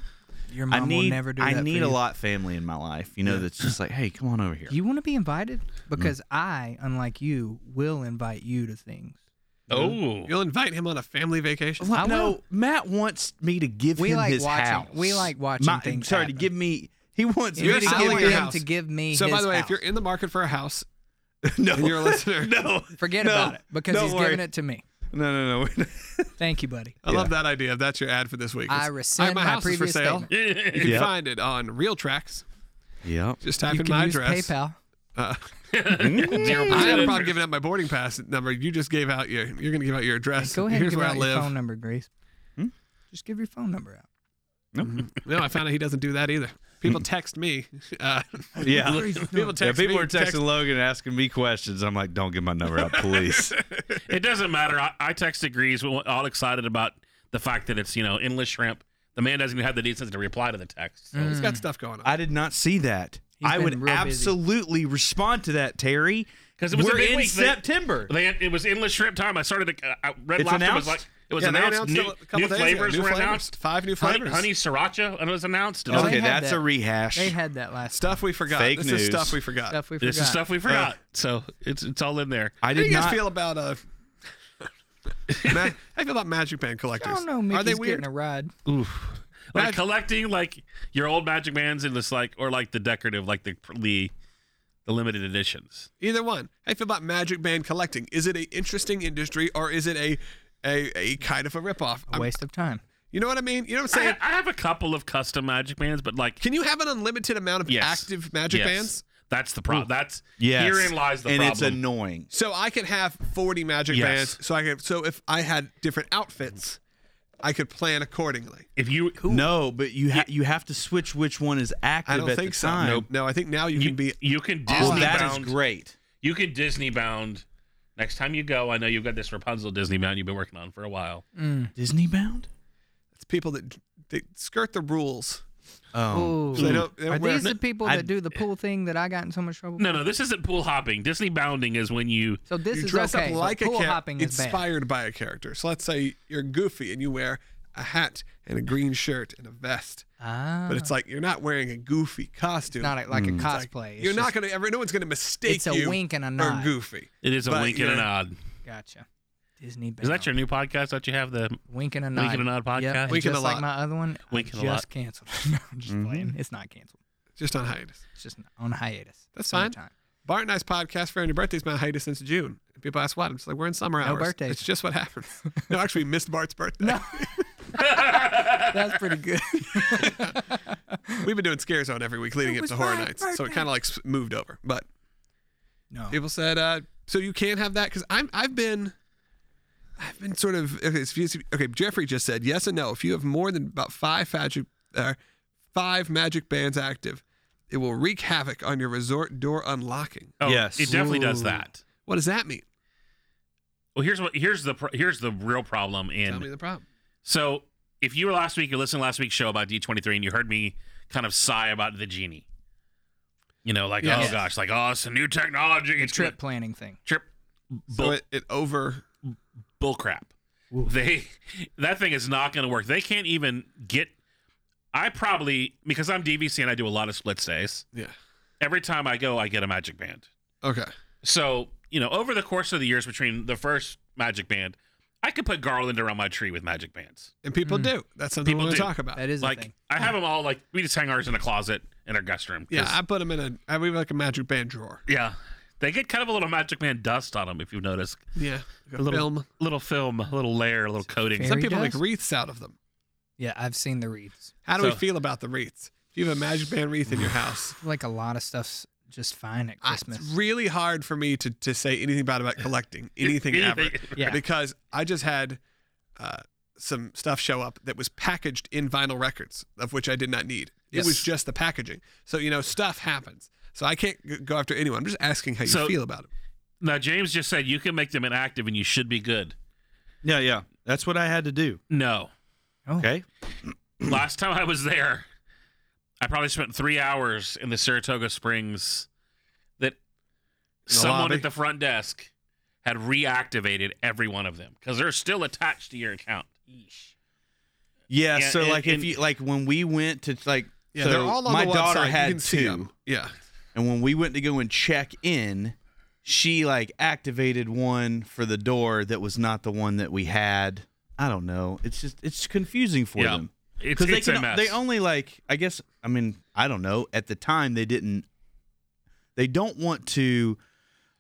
Speaker 5: Your
Speaker 3: I
Speaker 5: mom
Speaker 3: need.
Speaker 5: will never do
Speaker 3: I
Speaker 5: that. for
Speaker 3: need
Speaker 5: you.
Speaker 3: a lot family in my life. You know, that's just like, "Hey, come on over here." Mm.
Speaker 5: You want to be invited because I, unlike you, will invite you to things.
Speaker 2: Oh,
Speaker 1: You'll invite him on a family vacation.
Speaker 3: Like,
Speaker 5: I
Speaker 3: no,
Speaker 5: will.
Speaker 3: Matt wants me to give
Speaker 5: We
Speaker 3: him
Speaker 5: like
Speaker 3: his
Speaker 5: watching-
Speaker 3: house.
Speaker 5: we like watching
Speaker 3: My,
Speaker 5: things
Speaker 3: Sorry,
Speaker 5: happen.
Speaker 3: to give me. He wants
Speaker 1: You're
Speaker 3: me to
Speaker 5: I
Speaker 1: selling
Speaker 5: want
Speaker 1: your
Speaker 5: him
Speaker 1: house.
Speaker 5: to give me.
Speaker 1: So,
Speaker 5: his
Speaker 1: by the way,
Speaker 5: house.
Speaker 1: if you're in the market for a house,
Speaker 3: no.
Speaker 1: and you're a listener.
Speaker 3: no,
Speaker 5: forget
Speaker 3: no,
Speaker 5: about it because
Speaker 3: don't
Speaker 5: he's
Speaker 3: worry.
Speaker 5: giving it to me.
Speaker 3: No, no, no.
Speaker 5: Thank you, buddy.
Speaker 1: I love that idea. That's your ad for this week.
Speaker 5: I
Speaker 1: It's,
Speaker 5: rescind
Speaker 1: "Hi,
Speaker 5: my
Speaker 1: house is for
Speaker 5: previous
Speaker 1: sale.
Speaker 5: statement.
Speaker 1: You can
Speaker 3: Yep.
Speaker 1: find it on Real Tracks.
Speaker 3: yep.
Speaker 1: Just type
Speaker 5: you
Speaker 1: in
Speaker 5: can
Speaker 1: my
Speaker 5: use
Speaker 1: address. Uh,
Speaker 5: PayPal.
Speaker 2: zero
Speaker 1: I
Speaker 2: percent
Speaker 1: am probably
Speaker 2: interest.
Speaker 1: giving out my boarding pass number. You just gave out your. You're going to give out your address.
Speaker 5: Go ahead
Speaker 1: Here's
Speaker 5: and give
Speaker 1: where
Speaker 5: out
Speaker 1: I
Speaker 5: your
Speaker 1: live.
Speaker 5: phone number, Grace.
Speaker 3: Hmm?
Speaker 5: Just give your phone number out.
Speaker 1: No, I found out he doesn't do that either. People
Speaker 5: Hmm.
Speaker 1: text me. Uh,
Speaker 3: Yeah.
Speaker 1: people text
Speaker 3: Yeah, people
Speaker 1: me,
Speaker 3: are texting
Speaker 1: text-
Speaker 3: Logan asking me questions. I'm like, don't give my number out, please.
Speaker 2: It doesn't matter. I, I text agrees. We're all excited about the fact that it's you know endless shrimp. The man doesn't even have the decency to reply to the text. So.
Speaker 1: He's
Speaker 5: Hmm.
Speaker 1: got stuff going on.
Speaker 3: I did not see that.
Speaker 5: He's
Speaker 3: I
Speaker 5: been
Speaker 3: would
Speaker 5: real busy.
Speaker 3: absolutely respond to that, Terry.
Speaker 2: 'Cause it was a
Speaker 3: We're
Speaker 2: big
Speaker 3: in
Speaker 2: week. They-
Speaker 3: September.
Speaker 2: They had, it was endless shrimp time. I started. To, uh, I Red
Speaker 3: It's
Speaker 2: Lobster
Speaker 3: announced?
Speaker 2: was like it was
Speaker 1: Yeah, they
Speaker 2: announced.
Speaker 1: announced
Speaker 2: New,
Speaker 1: a couple
Speaker 2: new
Speaker 1: days ago.
Speaker 2: flavors
Speaker 1: New
Speaker 2: were
Speaker 1: flavors.
Speaker 2: announced.
Speaker 1: Five new
Speaker 2: Honey-
Speaker 1: flavors.
Speaker 2: Honey, sriracha, and it was announced.
Speaker 5: Oh,
Speaker 3: okay,
Speaker 5: they had
Speaker 3: that's
Speaker 5: that.
Speaker 3: a rehash.
Speaker 5: They had that last
Speaker 1: stuff we forgot.
Speaker 3: Fake
Speaker 1: this
Speaker 3: news.
Speaker 1: is stuff we forgot.
Speaker 5: stuff we
Speaker 2: This
Speaker 5: forgot.
Speaker 2: is stuff we forgot. so it's it's all in there.
Speaker 3: I
Speaker 1: How do
Speaker 3: did
Speaker 1: you guys
Speaker 3: not.
Speaker 1: feel about uh? ma- how do you feel about Magic Band collectors?
Speaker 5: I don't know.
Speaker 1: Are they
Speaker 5: Mickey's
Speaker 1: weird?
Speaker 5: getting a ride.
Speaker 2: Like
Speaker 1: Magic-
Speaker 2: collecting like your old magic bands and just like or like the decorative, like the the, the limited editions.
Speaker 1: Either one. How do you feel about Magic Band collecting? Is it a interesting industry or is it a a, a kind of a ripoff?
Speaker 5: A
Speaker 1: I'm-
Speaker 5: waste of time.
Speaker 1: You know what I mean? You know what I'm
Speaker 2: I,
Speaker 1: saying?
Speaker 2: ha- I have a couple of custom magic bands, but like
Speaker 1: Can you have an unlimited amount of
Speaker 2: Yes.
Speaker 1: active Magic
Speaker 2: yes.
Speaker 1: bands?
Speaker 2: That's the problem. That's
Speaker 3: Yes.
Speaker 2: herein lies the
Speaker 3: and
Speaker 2: problem.
Speaker 3: it's annoying.
Speaker 1: So I could have 40 Magic
Speaker 2: Yes.
Speaker 1: bands. So I could. So if I had different outfits, I could plan accordingly.
Speaker 2: if you
Speaker 3: No, but you ha- you have to switch which one is active
Speaker 1: I don't
Speaker 3: at
Speaker 1: think
Speaker 3: the
Speaker 1: so.
Speaker 3: time.
Speaker 1: Nope. No, I think now you,
Speaker 2: you,
Speaker 1: can be.
Speaker 2: you can
Speaker 1: Oh,
Speaker 2: Disney
Speaker 3: Well, that is
Speaker 2: bound
Speaker 3: great.
Speaker 2: you can Disney bound next time you go. I know you've got this Rapunzel Disney bound you've been working on for a while.
Speaker 3: Disney bound?
Speaker 1: It's people that they skirt the rules.
Speaker 3: Oh.
Speaker 5: Ooh.
Speaker 1: So
Speaker 2: Mm.
Speaker 1: they don't- they don't
Speaker 5: Are
Speaker 1: wear-
Speaker 5: these the people
Speaker 3: I-
Speaker 5: that do the pool thing that I got in so much trouble?
Speaker 2: No, no, this isn't pool hopping. Disney bounding is when you
Speaker 5: So this
Speaker 1: you
Speaker 5: is
Speaker 1: dress
Speaker 5: okay.
Speaker 1: up like
Speaker 5: so
Speaker 1: a
Speaker 5: pool
Speaker 1: character,
Speaker 5: hopping is bad.
Speaker 1: inspired by a character. So let's say you're Goofy and you wear a hat and a green shirt and a vest,
Speaker 5: Ah,
Speaker 1: but it's like you're not wearing a Goofy costume.
Speaker 5: not a, like a
Speaker 1: It's like,
Speaker 5: cosplay. It's
Speaker 1: you're
Speaker 5: just-
Speaker 1: not gonna ever. No one's gonna mistake
Speaker 5: It's a
Speaker 1: you
Speaker 5: wink and a
Speaker 1: for
Speaker 5: nod.
Speaker 1: Goofy.
Speaker 2: it is a
Speaker 1: But,
Speaker 2: wink and
Speaker 1: yeah.
Speaker 2: a nod.
Speaker 5: Gotcha. Disney. Bound.
Speaker 2: Is that your new podcast that you have? The
Speaker 5: Wink and a nod.
Speaker 2: Wink and a Nod
Speaker 5: Yep,
Speaker 2: podcast?
Speaker 5: and
Speaker 1: Wink and
Speaker 5: just
Speaker 1: a
Speaker 5: like
Speaker 1: lot.
Speaker 5: my other one, I
Speaker 2: Wink and a
Speaker 5: just
Speaker 2: lot.
Speaker 5: canceled. no, I'm just
Speaker 1: Mm-hmm.
Speaker 5: playing. It's not canceled.
Speaker 1: Just on hiatus.
Speaker 5: It's just on hiatus.
Speaker 1: That's fine.
Speaker 5: Summertime.
Speaker 1: Bart and I's podcast for your birthday's been on hiatus since June. People ask why. I'm just like we're in summer hours.
Speaker 5: birthdays.
Speaker 1: It's just what happens. no, actually, we missed Bart's birthday.
Speaker 5: That's pretty good.
Speaker 1: We've been doing Scare Zone every week leading
Speaker 5: It
Speaker 1: up
Speaker 5: was
Speaker 1: to Horror
Speaker 5: my
Speaker 1: Nights, so it kind of like s- moved over. But
Speaker 5: no.
Speaker 1: people said uh, so you can't have that because i'm i've been i've been sort of okay, it's- okay jeffrey just said yes and no if you have more than about five magic uh, five magic bands active it will wreak havoc on your resort door unlocking
Speaker 2: Oh,
Speaker 3: Yes.
Speaker 2: it definitely does
Speaker 1: Ooh.
Speaker 2: that.
Speaker 1: what does that mean
Speaker 2: Well, here's what here's the pro- here's the real problem
Speaker 1: tell
Speaker 2: in
Speaker 1: me the problem
Speaker 2: So if you were last week, you listened to last week's show about D23 and you heard me kind of sigh about the genie. You know, like,
Speaker 1: Yes.
Speaker 2: oh gosh, like, oh, it's a new technology.
Speaker 5: The
Speaker 2: It's
Speaker 5: trip
Speaker 2: gonna-
Speaker 5: planning thing.
Speaker 2: Trip.
Speaker 1: so
Speaker 2: Bull,
Speaker 1: it, it over
Speaker 2: bull crap. They, that thing is not going to work. They can't even get. I probably, because I'm DVC and I do a lot of split days,
Speaker 1: yeah
Speaker 2: every time I go, I get a magic band.
Speaker 1: okay
Speaker 2: So, you know, over the course of the years between the first magic band, I could put garland around my tree with magic bands.
Speaker 1: and people do that's something we
Speaker 2: People
Speaker 1: want to
Speaker 2: do.
Speaker 1: talk about
Speaker 5: That is a
Speaker 2: like
Speaker 5: thing.
Speaker 2: I have them all like we just hang ours in a closet in our guest room. 'cause-
Speaker 1: yeah i put them in a i leave like a magic band drawer
Speaker 2: yeah. They get kind of a little Magic Man dust on them if you notice.
Speaker 1: yeah like a
Speaker 2: little
Speaker 1: film
Speaker 2: little film, a little layer, a little coating.
Speaker 5: Fairy
Speaker 1: some people
Speaker 5: dust?
Speaker 1: make wreaths out of them
Speaker 5: Yeah, I've seen the wreaths.
Speaker 1: how do we
Speaker 2: So-
Speaker 1: feel about the wreaths if you have a magic band wreath in your house
Speaker 5: Like a lot of stuff's just fine at
Speaker 1: I-
Speaker 5: Christmas.
Speaker 1: It's really hard for me to, to say anything about about collecting anything, ever
Speaker 2: Anything.
Speaker 5: yeah.
Speaker 1: because I just had uh, some stuff show up that was packaged in vinyl records of which I did not need. It was
Speaker 5: Yes.
Speaker 1: just the packaging. So you know stuff happens. So I can't g- go after anyone. I'm just asking how you
Speaker 2: So-
Speaker 1: feel about it.
Speaker 2: Now James just said you can make them inactive and you should be good.
Speaker 3: Yeah, yeah. That's what I had to do.
Speaker 2: No.
Speaker 3: Okay.
Speaker 2: Last time I was there, I probably spent three hours in the Saratoga Springs that
Speaker 1: the
Speaker 2: someone
Speaker 1: lobby?
Speaker 2: at the front desk had reactivated every one of them because they're still attached to your account.
Speaker 3: Yeah,
Speaker 2: Yeah,
Speaker 3: so
Speaker 2: and-
Speaker 3: like
Speaker 2: and-
Speaker 3: if you like when we went to like
Speaker 1: Yeah,
Speaker 3: so
Speaker 1: they're all on
Speaker 3: my
Speaker 1: the
Speaker 3: daughter
Speaker 1: website. you
Speaker 3: had
Speaker 1: can see
Speaker 3: two.
Speaker 1: 'em. Yeah,
Speaker 3: And when we went to go and check in, she like activated one for the door that was not the one that we had. I don't know. It's just it's confusing for
Speaker 2: Yeah.
Speaker 3: them
Speaker 2: It's,
Speaker 3: because they
Speaker 2: it's
Speaker 3: can
Speaker 2: a mess.
Speaker 3: they only like I guess I mean I don't know at the time they didn't they don't want to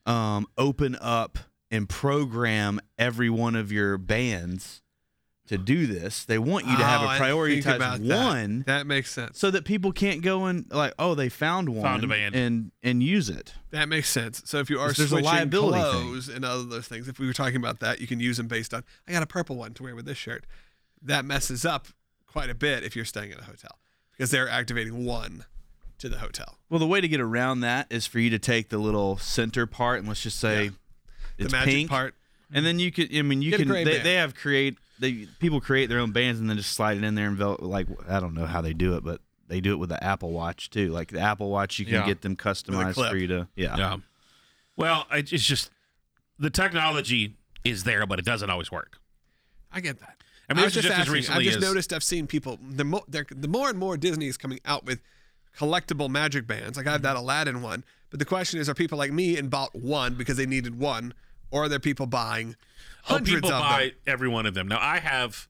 Speaker 3: um, open up and program every one of your bands to do this. They want you to have
Speaker 1: Oh, I
Speaker 3: a
Speaker 1: think
Speaker 3: prioritized
Speaker 1: about that.
Speaker 3: one
Speaker 1: That makes sense.
Speaker 3: so that people can't go and like oh they found one
Speaker 2: a band.
Speaker 3: and and use it.
Speaker 1: That makes sense. So if you are
Speaker 3: Because there's a
Speaker 1: switching
Speaker 3: liability thing.
Speaker 1: clothes and other those things, if we were talking about that, you can use them based on. I got a purple one to wear with this shirt. That messes up quite a bit if you're staying at a hotel because they're activating one to the hotel.
Speaker 3: Well, the way to get around that is for you to take the little center part and let's just say
Speaker 1: Yeah.
Speaker 3: it's
Speaker 1: the magic
Speaker 3: pink,
Speaker 1: part.
Speaker 3: and then you could. I mean, you
Speaker 1: Get a
Speaker 3: can.
Speaker 1: gray
Speaker 3: They,
Speaker 1: band.
Speaker 3: they have create. They people create their own bands and then just slide it in there and vel- like I don't know how they do it, but they do it with the Apple Watch too. Like the Apple Watch, you can
Speaker 2: Yeah.
Speaker 3: get them customized
Speaker 1: clip.
Speaker 3: for you to. Yeah.
Speaker 2: Yeah. Well, I- it's just the technology is there, but it doesn't always work.
Speaker 1: I get that.
Speaker 2: I mean,
Speaker 1: I
Speaker 2: this
Speaker 1: was
Speaker 2: is
Speaker 1: just
Speaker 2: just as
Speaker 1: asking.
Speaker 2: recently
Speaker 1: I just
Speaker 2: as-
Speaker 1: noticed I've seen people. The more the more and more Disney is coming out with collectible magic bands. Like I have that Aladdin one, but the question is, are people like me and bought one because they needed one, or are there people buying
Speaker 2: Oh,
Speaker 1: hundreds
Speaker 2: people
Speaker 1: of
Speaker 2: buy
Speaker 1: them?
Speaker 2: every one of them. Now I have,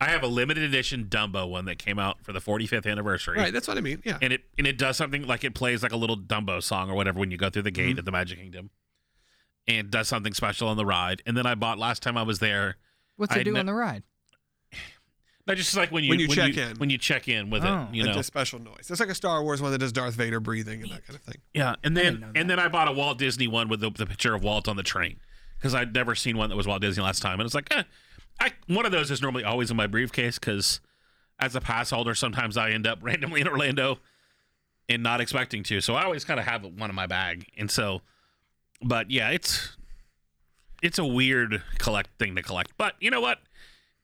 Speaker 2: I have a limited edition Dumbo one that came out for the 45th anniversary,
Speaker 1: Right, that's what I mean. Yeah,
Speaker 2: and it and it does something like it plays like a little Dumbo song or whatever when you go through the
Speaker 1: Mm-hmm.
Speaker 2: gate of the Magic Kingdom, and does something special on the ride. And then I bought last time I was there.
Speaker 5: What's it
Speaker 2: I
Speaker 5: do
Speaker 2: kn-
Speaker 5: on the ride?
Speaker 2: No, just like when you
Speaker 1: When you check in.
Speaker 2: when you check in with
Speaker 5: Oh.
Speaker 2: it, you
Speaker 1: like
Speaker 2: know,
Speaker 1: the special noise. It's like a Star Wars one that does Darth Vader breathing and that kind of thing.
Speaker 2: yeah. And
Speaker 5: didn't know
Speaker 2: then and then I bought a Walt Disney one with the, the picture of Walt on the train because I'd never seen one that was Walt Disney last time, and it's like, eh, I one of those is normally always in my briefcase because as a pass holder, sometimes I end up randomly in Orlando and not expecting to, so I always kind of have one in my bag, and so, but yeah, it's it's a weird collect thing to collect, but you know what?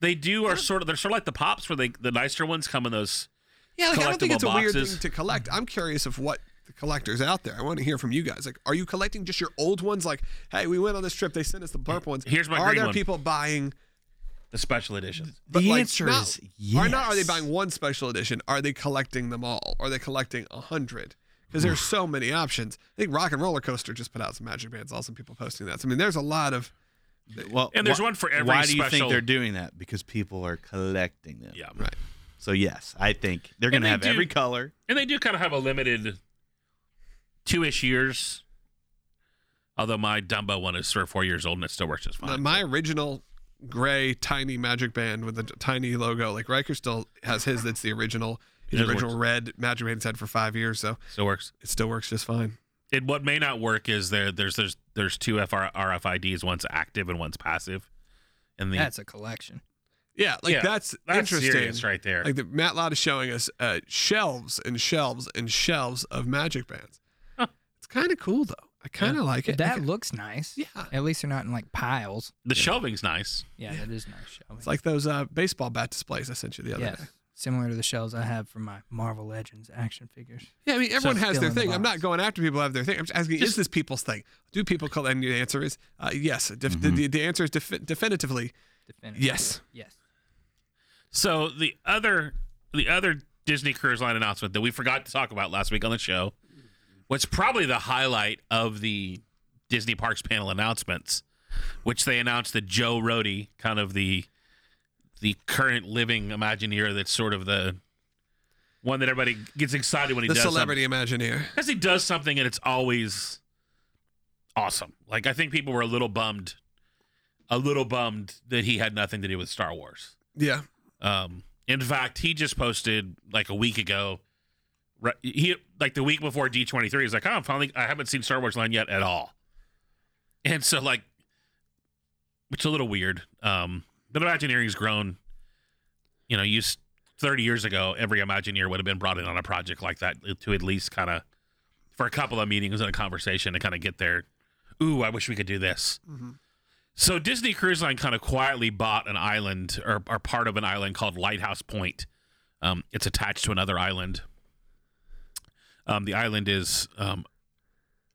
Speaker 2: They do are sort of they're sort of like the pops where they the nicer ones come in those
Speaker 1: Yeah, like I don't think
Speaker 2: Collectible
Speaker 1: it's a weird
Speaker 2: boxes.
Speaker 1: thing to collect. I'm curious of what the collectors out there. I want to hear from you guys. Like, are you collecting just your old ones? Like, hey, we went on this trip. They sent us the purple ones.
Speaker 2: Here's my
Speaker 1: Are
Speaker 2: green
Speaker 1: there
Speaker 2: one.
Speaker 1: people buying?
Speaker 2: the special editions.
Speaker 1: But
Speaker 3: the
Speaker 1: like,
Speaker 3: answer
Speaker 1: not-
Speaker 3: is
Speaker 1: Are not are they
Speaker 3: yes.
Speaker 1: buying one special edition? Are they collecting them all? Are they collecting a hundred? Because there's so many options. I think Rock and Roller Coaster just put out some magic bands. All some people posting that. So, I mean, there's a lot of
Speaker 3: Well,
Speaker 2: And there's
Speaker 3: why-
Speaker 2: one for every
Speaker 3: Why do you
Speaker 2: special-
Speaker 3: think they're doing that? Because people are collecting them.
Speaker 2: Yeah.
Speaker 1: right.
Speaker 3: So yes, I think they're
Speaker 2: And
Speaker 3: going to
Speaker 2: they
Speaker 3: have
Speaker 2: do-
Speaker 3: every color.
Speaker 2: And they do kind of have a limited two ish years. Although my Dumbo one is three or four years old and it still works just
Speaker 1: Now,
Speaker 2: fine.
Speaker 1: my original gray tiny magic band with the t- tiny logo, like Riker still has his. That's the original. His
Speaker 2: It
Speaker 1: original red magic band's had for five years, so
Speaker 2: still works.
Speaker 1: it still works just fine.
Speaker 2: It what may not work is there there's there's there's two FR, RFIDs, one's active and one's passive. And the
Speaker 5: That's a collection.
Speaker 1: Yeah, like
Speaker 2: Yeah,
Speaker 1: that's,
Speaker 2: that's
Speaker 1: interesting.
Speaker 2: serious right there.
Speaker 1: Like the, Matt Lott is showing us uh, shelves and shelves and shelves of magic bands.
Speaker 2: Huh.
Speaker 1: It's kind of cool though. I kind of like it.
Speaker 5: That
Speaker 1: Like,
Speaker 5: looks nice.
Speaker 1: yeah,
Speaker 5: At least they're not in like piles.
Speaker 2: the shelving's nice.
Speaker 5: Yeah, that is nice shelving.
Speaker 1: it's like those uh, baseball bat displays I sent you the other
Speaker 5: yes,
Speaker 1: day.
Speaker 5: similar to the shells I have for my Marvel Legends action figures.
Speaker 1: Yeah, I mean everyone
Speaker 5: it's
Speaker 1: has
Speaker 5: still
Speaker 1: their
Speaker 5: in the
Speaker 1: thing. I'm
Speaker 5: box.
Speaker 1: not going after people who have their thing. I'm just asking, is
Speaker 2: Just-
Speaker 1: this people's thing? Do people call? And the answer is uh, yes. Def-
Speaker 2: Mm-hmm.
Speaker 1: the, the answer is defi- definitively
Speaker 5: Definitively.
Speaker 1: yes.
Speaker 5: Yes.
Speaker 2: So the other the other Disney Cruise Line announcement that we forgot to talk about last week on the show was probably the highlight of the Disney Parks panel announcements, which they announced that Joe Rohde, kind of the the current living Imagineer, that's sort of the one that everybody gets excited when he
Speaker 1: The
Speaker 2: does
Speaker 1: celebrity Imagineer.
Speaker 2: because he does something and it's always awesome. Like I think people were a little bummed, a little bummed that he had nothing to do with Star Wars.
Speaker 1: Yeah,
Speaker 2: Um, in fact, he just posted like a week ago. Right, he like the week before D twenty three. He's like, oh, I'm finally. I haven't seen Star Wars Line yet at all, and so like, it's a little weird. Um, but Imagineering's grown. You know, used thirty years ago, every Imagineer would have been brought in on a project like that to at least kind of for a couple of meetings and a conversation to kind of get their, ooh, I wish we could do this. So Disney Cruise Line kind of quietly bought an island or, or part of an island called Lighthouse Point. Um, it's attached to another island. Um, the island is, um,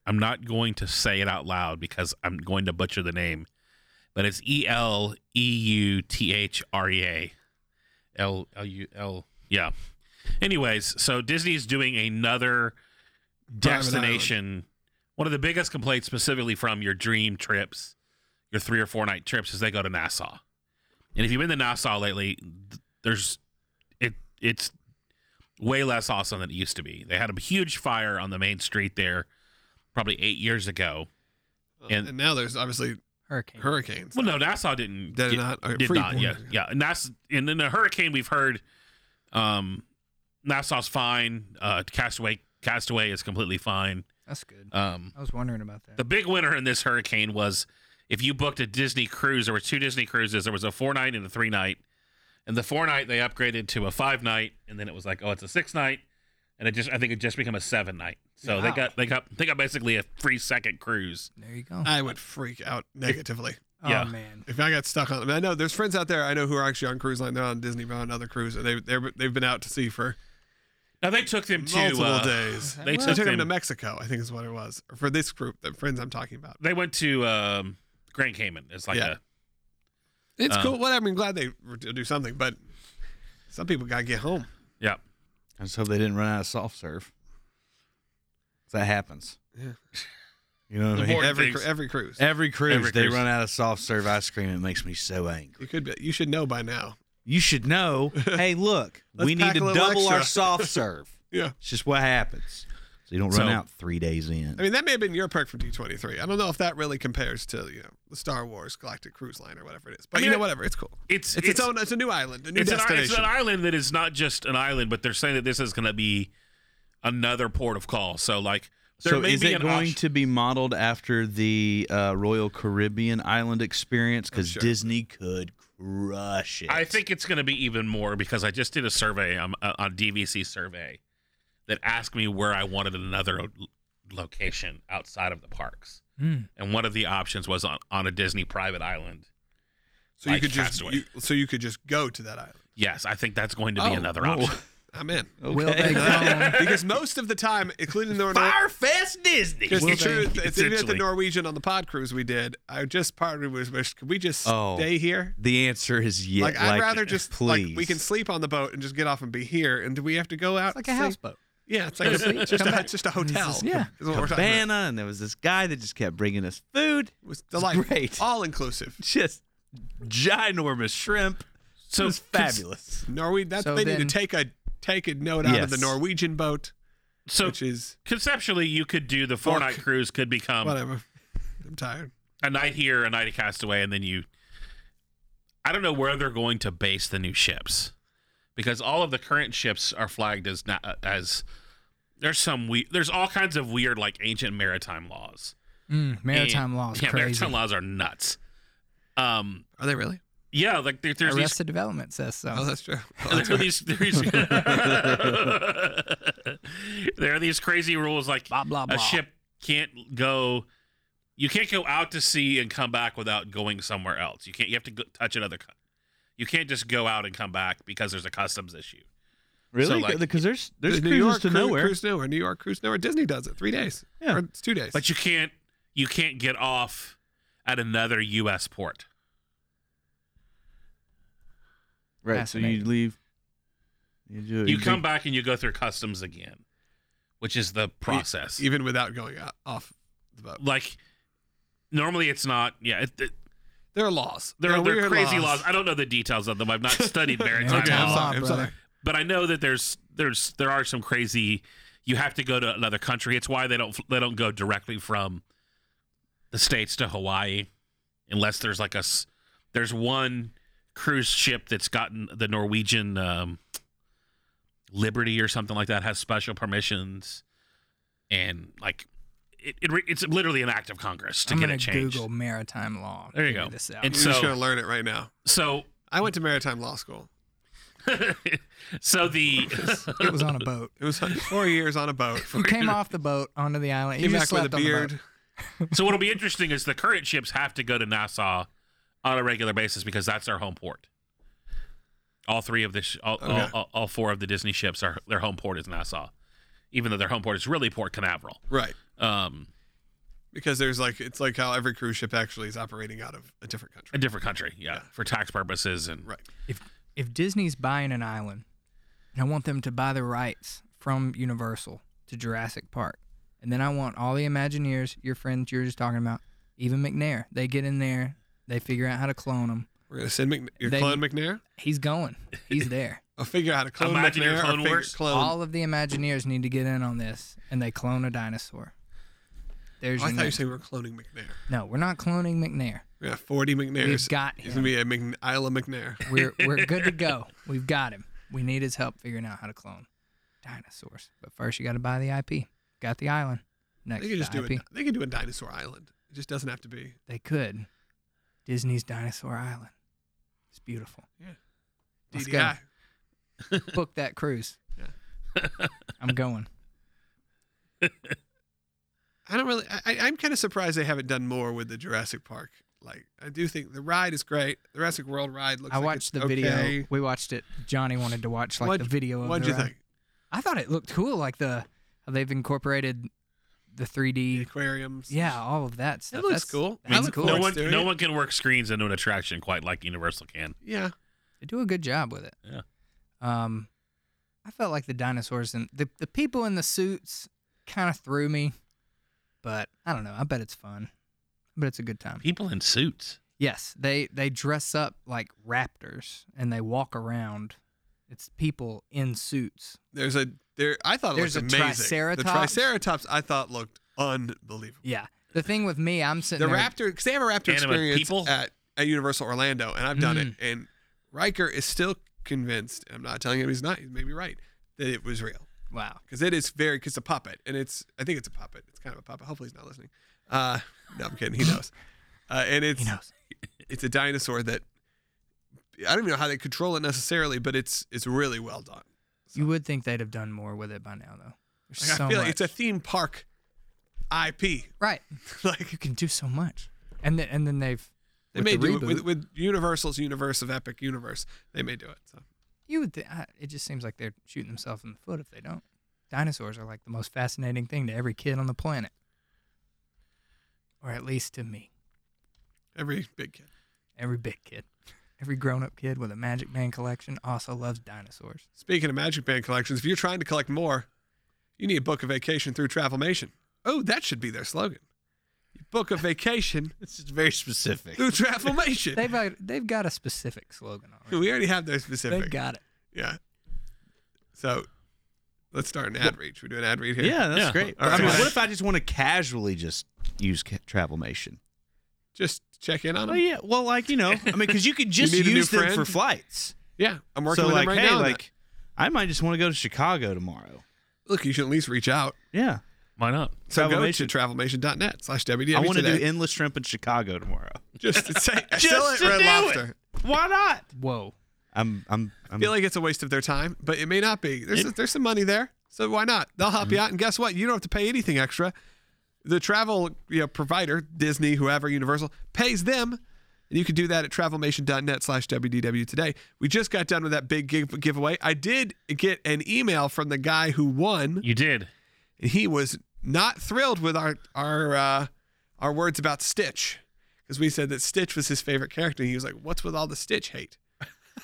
Speaker 2: I'm not going to say it out loud because I'm going to butcher the name, but it's E L E U T H R E A. L L U L. Yeah. Anyways, so Disney's doing another
Speaker 1: Private
Speaker 2: destination. one of the biggest complaints specifically from your dream trips, your three or four night trips, is they go to Nassau. And if you've been to Nassau lately, th- there's it it's way less awesome than it used to be. They had a huge fire on the main street there probably eight years ago.
Speaker 1: And,
Speaker 2: And-
Speaker 1: now there's obviously
Speaker 5: Hurricane.
Speaker 1: hurricanes.
Speaker 2: Well, no, Nassau didn't.
Speaker 1: Did it
Speaker 2: get-
Speaker 1: not? Or
Speaker 2: Did not.
Speaker 1: Freeport.
Speaker 2: Yeah, yeah. And that's and then the hurricane we've heard. Um, Nassau's fine. Uh, Castaway, Castaway is completely fine.
Speaker 5: That's good.
Speaker 2: Um,
Speaker 5: I was wondering about that.
Speaker 2: the big winner in this hurricane was if you booked a Disney cruise. There were two Disney cruises. There was a four night and a three night. And the four night they upgraded to a five night, and then it was like, oh, it's a six night, and it just I think it just became a seven night. So they
Speaker 5: Wow.
Speaker 2: got they got they got basically a free second cruise.
Speaker 5: there you go.
Speaker 1: I would freak out negatively
Speaker 2: yeah.
Speaker 5: Oh man.
Speaker 1: if I got stuck on. I, mean, I know there's friends out there I know who are actually on cruise line. They're on Disney, but on another cruise, and they they're, they've been out to sea for
Speaker 2: Now they took them to
Speaker 1: multiple
Speaker 2: uh,
Speaker 1: days.
Speaker 2: They
Speaker 1: I
Speaker 2: took,
Speaker 1: took
Speaker 2: them
Speaker 1: them to Mexico, I think is what it was, for this group, the friends I'm talking about.
Speaker 2: they went to um, Grand Cayman. It's like
Speaker 1: Yeah.
Speaker 2: a
Speaker 1: It's
Speaker 2: Uh,
Speaker 1: cool. Whatever. I'm glad they re- do something, but some people gotta get home.
Speaker 2: yeah.
Speaker 3: I just hope they didn't run out of soft serve. That happens.
Speaker 1: Yeah.
Speaker 3: You know what I mean?
Speaker 2: Important
Speaker 1: Every
Speaker 2: things.
Speaker 1: cru- every cruise.
Speaker 3: Every cruise,
Speaker 2: Every
Speaker 3: they
Speaker 2: cruise.
Speaker 3: run out of soft serve ice cream. It makes me so angry.
Speaker 1: you could be, you should know by now.
Speaker 3: You should know. hey, look,
Speaker 1: Let's
Speaker 3: we need
Speaker 1: pack a
Speaker 3: to
Speaker 1: little
Speaker 3: double our
Speaker 1: extra.
Speaker 3: soft serve.
Speaker 1: Yeah.
Speaker 3: It's just what happens. So you don't
Speaker 2: So-
Speaker 3: run out three days in.
Speaker 1: I mean, that may have been your perk from D23. I don't know if that really compares to you know the Star Wars Galactic Cruise Line or whatever it is. But
Speaker 2: I mean,
Speaker 1: you know,
Speaker 2: I-
Speaker 1: whatever. It's cool.
Speaker 2: It's
Speaker 1: It's, its, own. It's a new island, a new
Speaker 2: It's an, i- it's
Speaker 1: destination.
Speaker 2: an island that is not just an island, but they're saying that this is going to be another port of call. So like there
Speaker 3: so
Speaker 2: may
Speaker 3: is
Speaker 2: be an
Speaker 3: it going
Speaker 2: option.
Speaker 3: to be modeled after the uh, Royal Caribbean island experience? Because
Speaker 1: Oh, sure.
Speaker 3: Disney could crush it.
Speaker 2: I think it's going to be even more because I just did a survey um, uh, on DVC survey that asked me where I wanted another lo- location outside of the parks,
Speaker 1: Hmm.
Speaker 5: Mm.
Speaker 2: and one of the options was on, on a Disney private island.
Speaker 1: so you
Speaker 2: like
Speaker 1: could just
Speaker 2: Castaway.
Speaker 1: you, so you could just go to that island.
Speaker 2: Yes, I think that's going to be
Speaker 1: Oh,
Speaker 2: another
Speaker 1: whoa.
Speaker 2: option.
Speaker 1: I'm in.
Speaker 5: Will they go?
Speaker 1: because most of the time, including the
Speaker 3: Firefest Disney.
Speaker 1: Because the
Speaker 5: Will they-
Speaker 1: truth, it's even at the
Speaker 2: Essentially.
Speaker 1: Norwegian on the pod cruise we did, I just partly was wish, could we just
Speaker 3: Oh.
Speaker 1: stay here?
Speaker 3: The answer is yes.
Speaker 1: like, I'd rather just
Speaker 3: please.
Speaker 1: like we can sleep on the boat and just get off and be here. And do we have to go out?
Speaker 5: It's like a
Speaker 1: and sleep?
Speaker 5: houseboat.
Speaker 1: Yeah, it's like a,
Speaker 2: Come
Speaker 1: just, a, just a hotel.
Speaker 5: This is- yeah.
Speaker 1: is what we're talking about.
Speaker 3: Cabana, and there was this guy that just kept bringing us food.
Speaker 1: It was delightful,
Speaker 3: great.
Speaker 1: all inclusive.
Speaker 3: Just ginormous shrimp.
Speaker 2: So
Speaker 3: it was
Speaker 2: cons-
Speaker 3: fabulous.
Speaker 1: Norwegian. That's
Speaker 5: So
Speaker 1: they need
Speaker 5: then-
Speaker 1: to take a take a note out of the
Speaker 3: Yes.
Speaker 1: Norwegian boat,
Speaker 2: So
Speaker 1: which is
Speaker 2: conceptually, you could do the four night cruise could become
Speaker 1: whatever. I'm tired.
Speaker 2: a night here, a night at Castaway, and then you. I don't know where they're going to base the new ships, because all of the current ships are flagged as not as. There's some we there's all kinds of weird like ancient maritime laws.
Speaker 5: Mm, maritime
Speaker 2: And-
Speaker 5: laws.
Speaker 2: Yeah,
Speaker 5: crazy.
Speaker 2: maritime laws are nuts. Um,
Speaker 1: Are they really?
Speaker 2: yeah, like there, there's these
Speaker 5: Arrested Development says so.
Speaker 1: Oh, that's true.
Speaker 2: And there are these, there are these- there are these crazy rules like
Speaker 5: Blah, blah, blah.
Speaker 2: a ship can't go you can't go out to sea and come back without going somewhere else you can't you have to go, touch another co- you can't just go out and come back because there's a customs issue
Speaker 3: Really?
Speaker 2: like-
Speaker 3: Because there's there's
Speaker 1: New
Speaker 3: cruises
Speaker 1: York
Speaker 3: to
Speaker 1: cru-
Speaker 3: nowhere.
Speaker 1: Cruise nowhere. New York cruise nowhere. Disney does it. Three days.
Speaker 3: Yeah.
Speaker 1: Or it's two days.
Speaker 2: but you can't you can't get off at another US port
Speaker 3: Right. So you
Speaker 5: Fascinating.
Speaker 3: leave. Uh, You do.
Speaker 2: you come back and you go through customs again which is the process
Speaker 1: even without going out, off the boat.
Speaker 2: like normally it's not yeah it, it,
Speaker 1: There are laws.
Speaker 2: There are, there are
Speaker 1: weird
Speaker 2: crazy laws. I don't know the details of them. I've not studied maritime
Speaker 1: Okay, I'm
Speaker 2: law,
Speaker 1: sorry. I'm sorry.
Speaker 2: but I know that there's there's there are some crazy. You have to go to another country. It's why they don't they don't go directly from the states to Hawaii, unless there's like a s- there's one cruise ship that's gotten the Norwegian um, Liberty or something like that has special permissions, and like it, it re- it's literally an act of Congress to
Speaker 5: I'm
Speaker 2: get
Speaker 5: gonna
Speaker 2: it changed.
Speaker 5: Google maritime law.
Speaker 2: There you
Speaker 5: Figure
Speaker 2: go.
Speaker 5: This out.
Speaker 2: And
Speaker 1: I'm just gonna
Speaker 2: so
Speaker 1: learn it right now.
Speaker 2: so
Speaker 1: I went to maritime law school.
Speaker 2: so the
Speaker 5: it was on a boat.
Speaker 1: It was four years on a boat.
Speaker 5: You came off the boat onto the island.
Speaker 1: Came
Speaker 5: you
Speaker 1: back
Speaker 5: just
Speaker 1: with a
Speaker 5: slept on the boat.
Speaker 1: beard.
Speaker 2: so what'll be interesting is the current ships have to go to Nassau on a regular basis because that's their home port. All three of the sh- all, all,
Speaker 1: Okay.
Speaker 2: all, all four of the Disney ships are their home port is Nassau, even though their home port is really Port Canaveral.
Speaker 1: Right.
Speaker 2: Um,
Speaker 1: Because there's like it's like how every cruise ship actually is operating out of a different
Speaker 2: a
Speaker 1: country.
Speaker 2: different country, yeah, for tax purposes and
Speaker 1: Right.
Speaker 5: If Disney's buying an island, and I want them to buy the rights from Universal to Jurassic Park, And then I want all the Imagineers, your friends you were just talking about, even McNair. They get in there, they figure out how to clone him.
Speaker 1: We're gonna send Mc, your
Speaker 5: They-
Speaker 1: clone McNair.
Speaker 5: He's going. He's there.
Speaker 1: I'll figure out how to clone
Speaker 2: Imagine
Speaker 1: McNair.
Speaker 2: your
Speaker 1: or
Speaker 2: clone
Speaker 1: figure-
Speaker 2: works.
Speaker 1: Clone. Oh,
Speaker 5: all of the Imagineers need to get in on this, and they clone a dinosaur. There's
Speaker 1: Oh, I
Speaker 5: your
Speaker 1: thought you
Speaker 5: name.
Speaker 1: said we were cloning McNair.
Speaker 5: no, we're not cloning McNair.
Speaker 1: We got 40 McNairs.
Speaker 5: We've got
Speaker 1: He's
Speaker 5: him.
Speaker 1: gonna be a Mc, Isla McNair.
Speaker 5: We're we're good to go. We've got him. We need his help figuring out how to clone dinosaurs. But first, you got to buy the IP. Got the island. Next,
Speaker 1: They could just
Speaker 5: the
Speaker 1: do
Speaker 5: IP.
Speaker 1: it. They could do a dinosaur island. It just doesn't have to be.
Speaker 5: They could. Disney's Dinosaur Island. It's beautiful. Let's go.
Speaker 1: DDI.
Speaker 5: Book that cruise. I'm going.
Speaker 1: I don't really. I, I'm kind of surprised they haven't done more with the Jurassic Park. Like, I do think the ride is great. The Jurassic World ride looks.
Speaker 5: I
Speaker 1: like
Speaker 5: watched
Speaker 1: it's
Speaker 5: the video.
Speaker 1: okay.
Speaker 5: We watched it. Johnny wanted to watch like
Speaker 1: What'd-
Speaker 5: the video of
Speaker 1: What'd
Speaker 5: the
Speaker 1: you
Speaker 5: ride.
Speaker 1: think?
Speaker 5: I thought it looked cool, like the how they've incorporated the
Speaker 1: The
Speaker 5: 3D.
Speaker 1: aquariums.
Speaker 5: Yeah, all of that stuff.
Speaker 1: looks
Speaker 5: That's-
Speaker 1: cool. I
Speaker 5: That's
Speaker 1: look
Speaker 5: cool.
Speaker 2: No
Speaker 1: forward
Speaker 2: one,
Speaker 1: doing
Speaker 2: no
Speaker 1: it.
Speaker 2: one can work screens into an attraction quite like Universal can.
Speaker 1: Yeah.
Speaker 5: They do a good job with it.
Speaker 2: Yeah.
Speaker 5: Um, I felt like the dinosaurs and the the people in the suits kind of threw me, but I don't know. I bet it's fun. I bet it's a good time.
Speaker 2: People in suits.
Speaker 5: Yes, they they dress up like raptors and they walk around. It's people in suits.
Speaker 1: There's a there. I thought it
Speaker 5: There's
Speaker 1: looked
Speaker 5: a
Speaker 1: amazing. The
Speaker 5: triceratops.
Speaker 1: Triceratops I thought looked unbelievable.
Speaker 5: Yeah. The thing with me, I'm
Speaker 1: The
Speaker 5: sitting there.
Speaker 1: Raptor because they have a Raptor
Speaker 2: Animate
Speaker 1: experience
Speaker 2: people?
Speaker 1: at at Universal Orlando, and I've done it.
Speaker 5: Mm.
Speaker 1: And Riker is still convinced. and I'm not telling him he's not. He may be right that it was real.
Speaker 5: wow.
Speaker 1: because it is very because it's a puppet and it's I think it's a puppet. It's kind of a puppet. Hopefully he's not listening. Uh, no, I'm kidding. He knows. Uh, and it's
Speaker 5: He knows.
Speaker 1: it's a dinosaur that I don't even know how they control it necessarily, but it's it's really well done.
Speaker 5: You would think they'd have done more with it by now, though. There's
Speaker 1: Like,
Speaker 5: so
Speaker 1: I feel
Speaker 5: much.
Speaker 1: like it's a theme park IP.
Speaker 5: right.
Speaker 1: like
Speaker 5: You can do so much, and then and then they've
Speaker 1: they
Speaker 5: with
Speaker 1: may
Speaker 5: the
Speaker 1: do
Speaker 5: reboot,
Speaker 1: it with, with Universal's universe of Epic Universe. They may do it. So
Speaker 5: you would. Th- I- it just seems like they're shooting themselves in the foot if they don't. Dinosaurs are like the most fascinating thing to every kid on the planet, or at least to me,
Speaker 1: every big kid.
Speaker 5: every big kid, every grown-up kid with a Magic Man collection also loves dinosaurs.
Speaker 1: Speaking of Magic Band collections, if you're trying to collect more, you need to book a vacation through Travelmation. Oh, that should be their slogan. You book a vacation
Speaker 3: This is very specific.
Speaker 1: through Travelmation.
Speaker 5: They've uh, they've got a specific slogan already.
Speaker 1: we already have their specific.
Speaker 5: They've got it.
Speaker 1: yeah. So let's start an ad read. Should we do an ad read here?
Speaker 3: Yeah, that's
Speaker 2: Yeah.
Speaker 3: great.
Speaker 1: All
Speaker 3: I mean,
Speaker 1: right.
Speaker 3: what if I just want to casually just use ca- Travelmation?
Speaker 1: Just check in on
Speaker 3: Oh
Speaker 1: them.
Speaker 3: yeah, well, like you know, I mean, because you could just
Speaker 1: need a new
Speaker 3: use them
Speaker 1: friend?
Speaker 3: for flights.
Speaker 1: Yeah. I'm working
Speaker 3: so
Speaker 1: with
Speaker 3: like,
Speaker 1: them right
Speaker 3: hey,
Speaker 1: now. on that.
Speaker 3: like, I might just want to go to Chicago tomorrow.
Speaker 1: Look, you should at least reach out.
Speaker 3: Yeah,
Speaker 2: Why not?
Speaker 1: So go to
Speaker 3: Travelmation.
Speaker 1: travelmation.net slash WDW.
Speaker 3: I want to
Speaker 1: E today.
Speaker 3: do endless shrimp in Chicago tomorrow.
Speaker 1: just to say, sell it,
Speaker 3: to
Speaker 1: Red
Speaker 3: do it.
Speaker 1: Lobster.
Speaker 3: Why not?
Speaker 5: Whoa.
Speaker 3: I'm, I'm,
Speaker 1: I
Speaker 3: I'm
Speaker 1: feel like it's a waste of their time, but it may not be. There's there's some money there, so why not? They'll help you out, and guess what? You don't have to pay anything extra. The travel you know, provider, Disney, whoever, Universal, pays them, and you can do that at travelmation.net slash WDW today. We just got done with that big give- giveaway. I did get an email from the guy who won,
Speaker 2: You did.
Speaker 1: and he was not thrilled with our our uh, our words about Stitch. Because we said that Stitch was his favorite character, and he was like, "What's with all the Stitch hate?"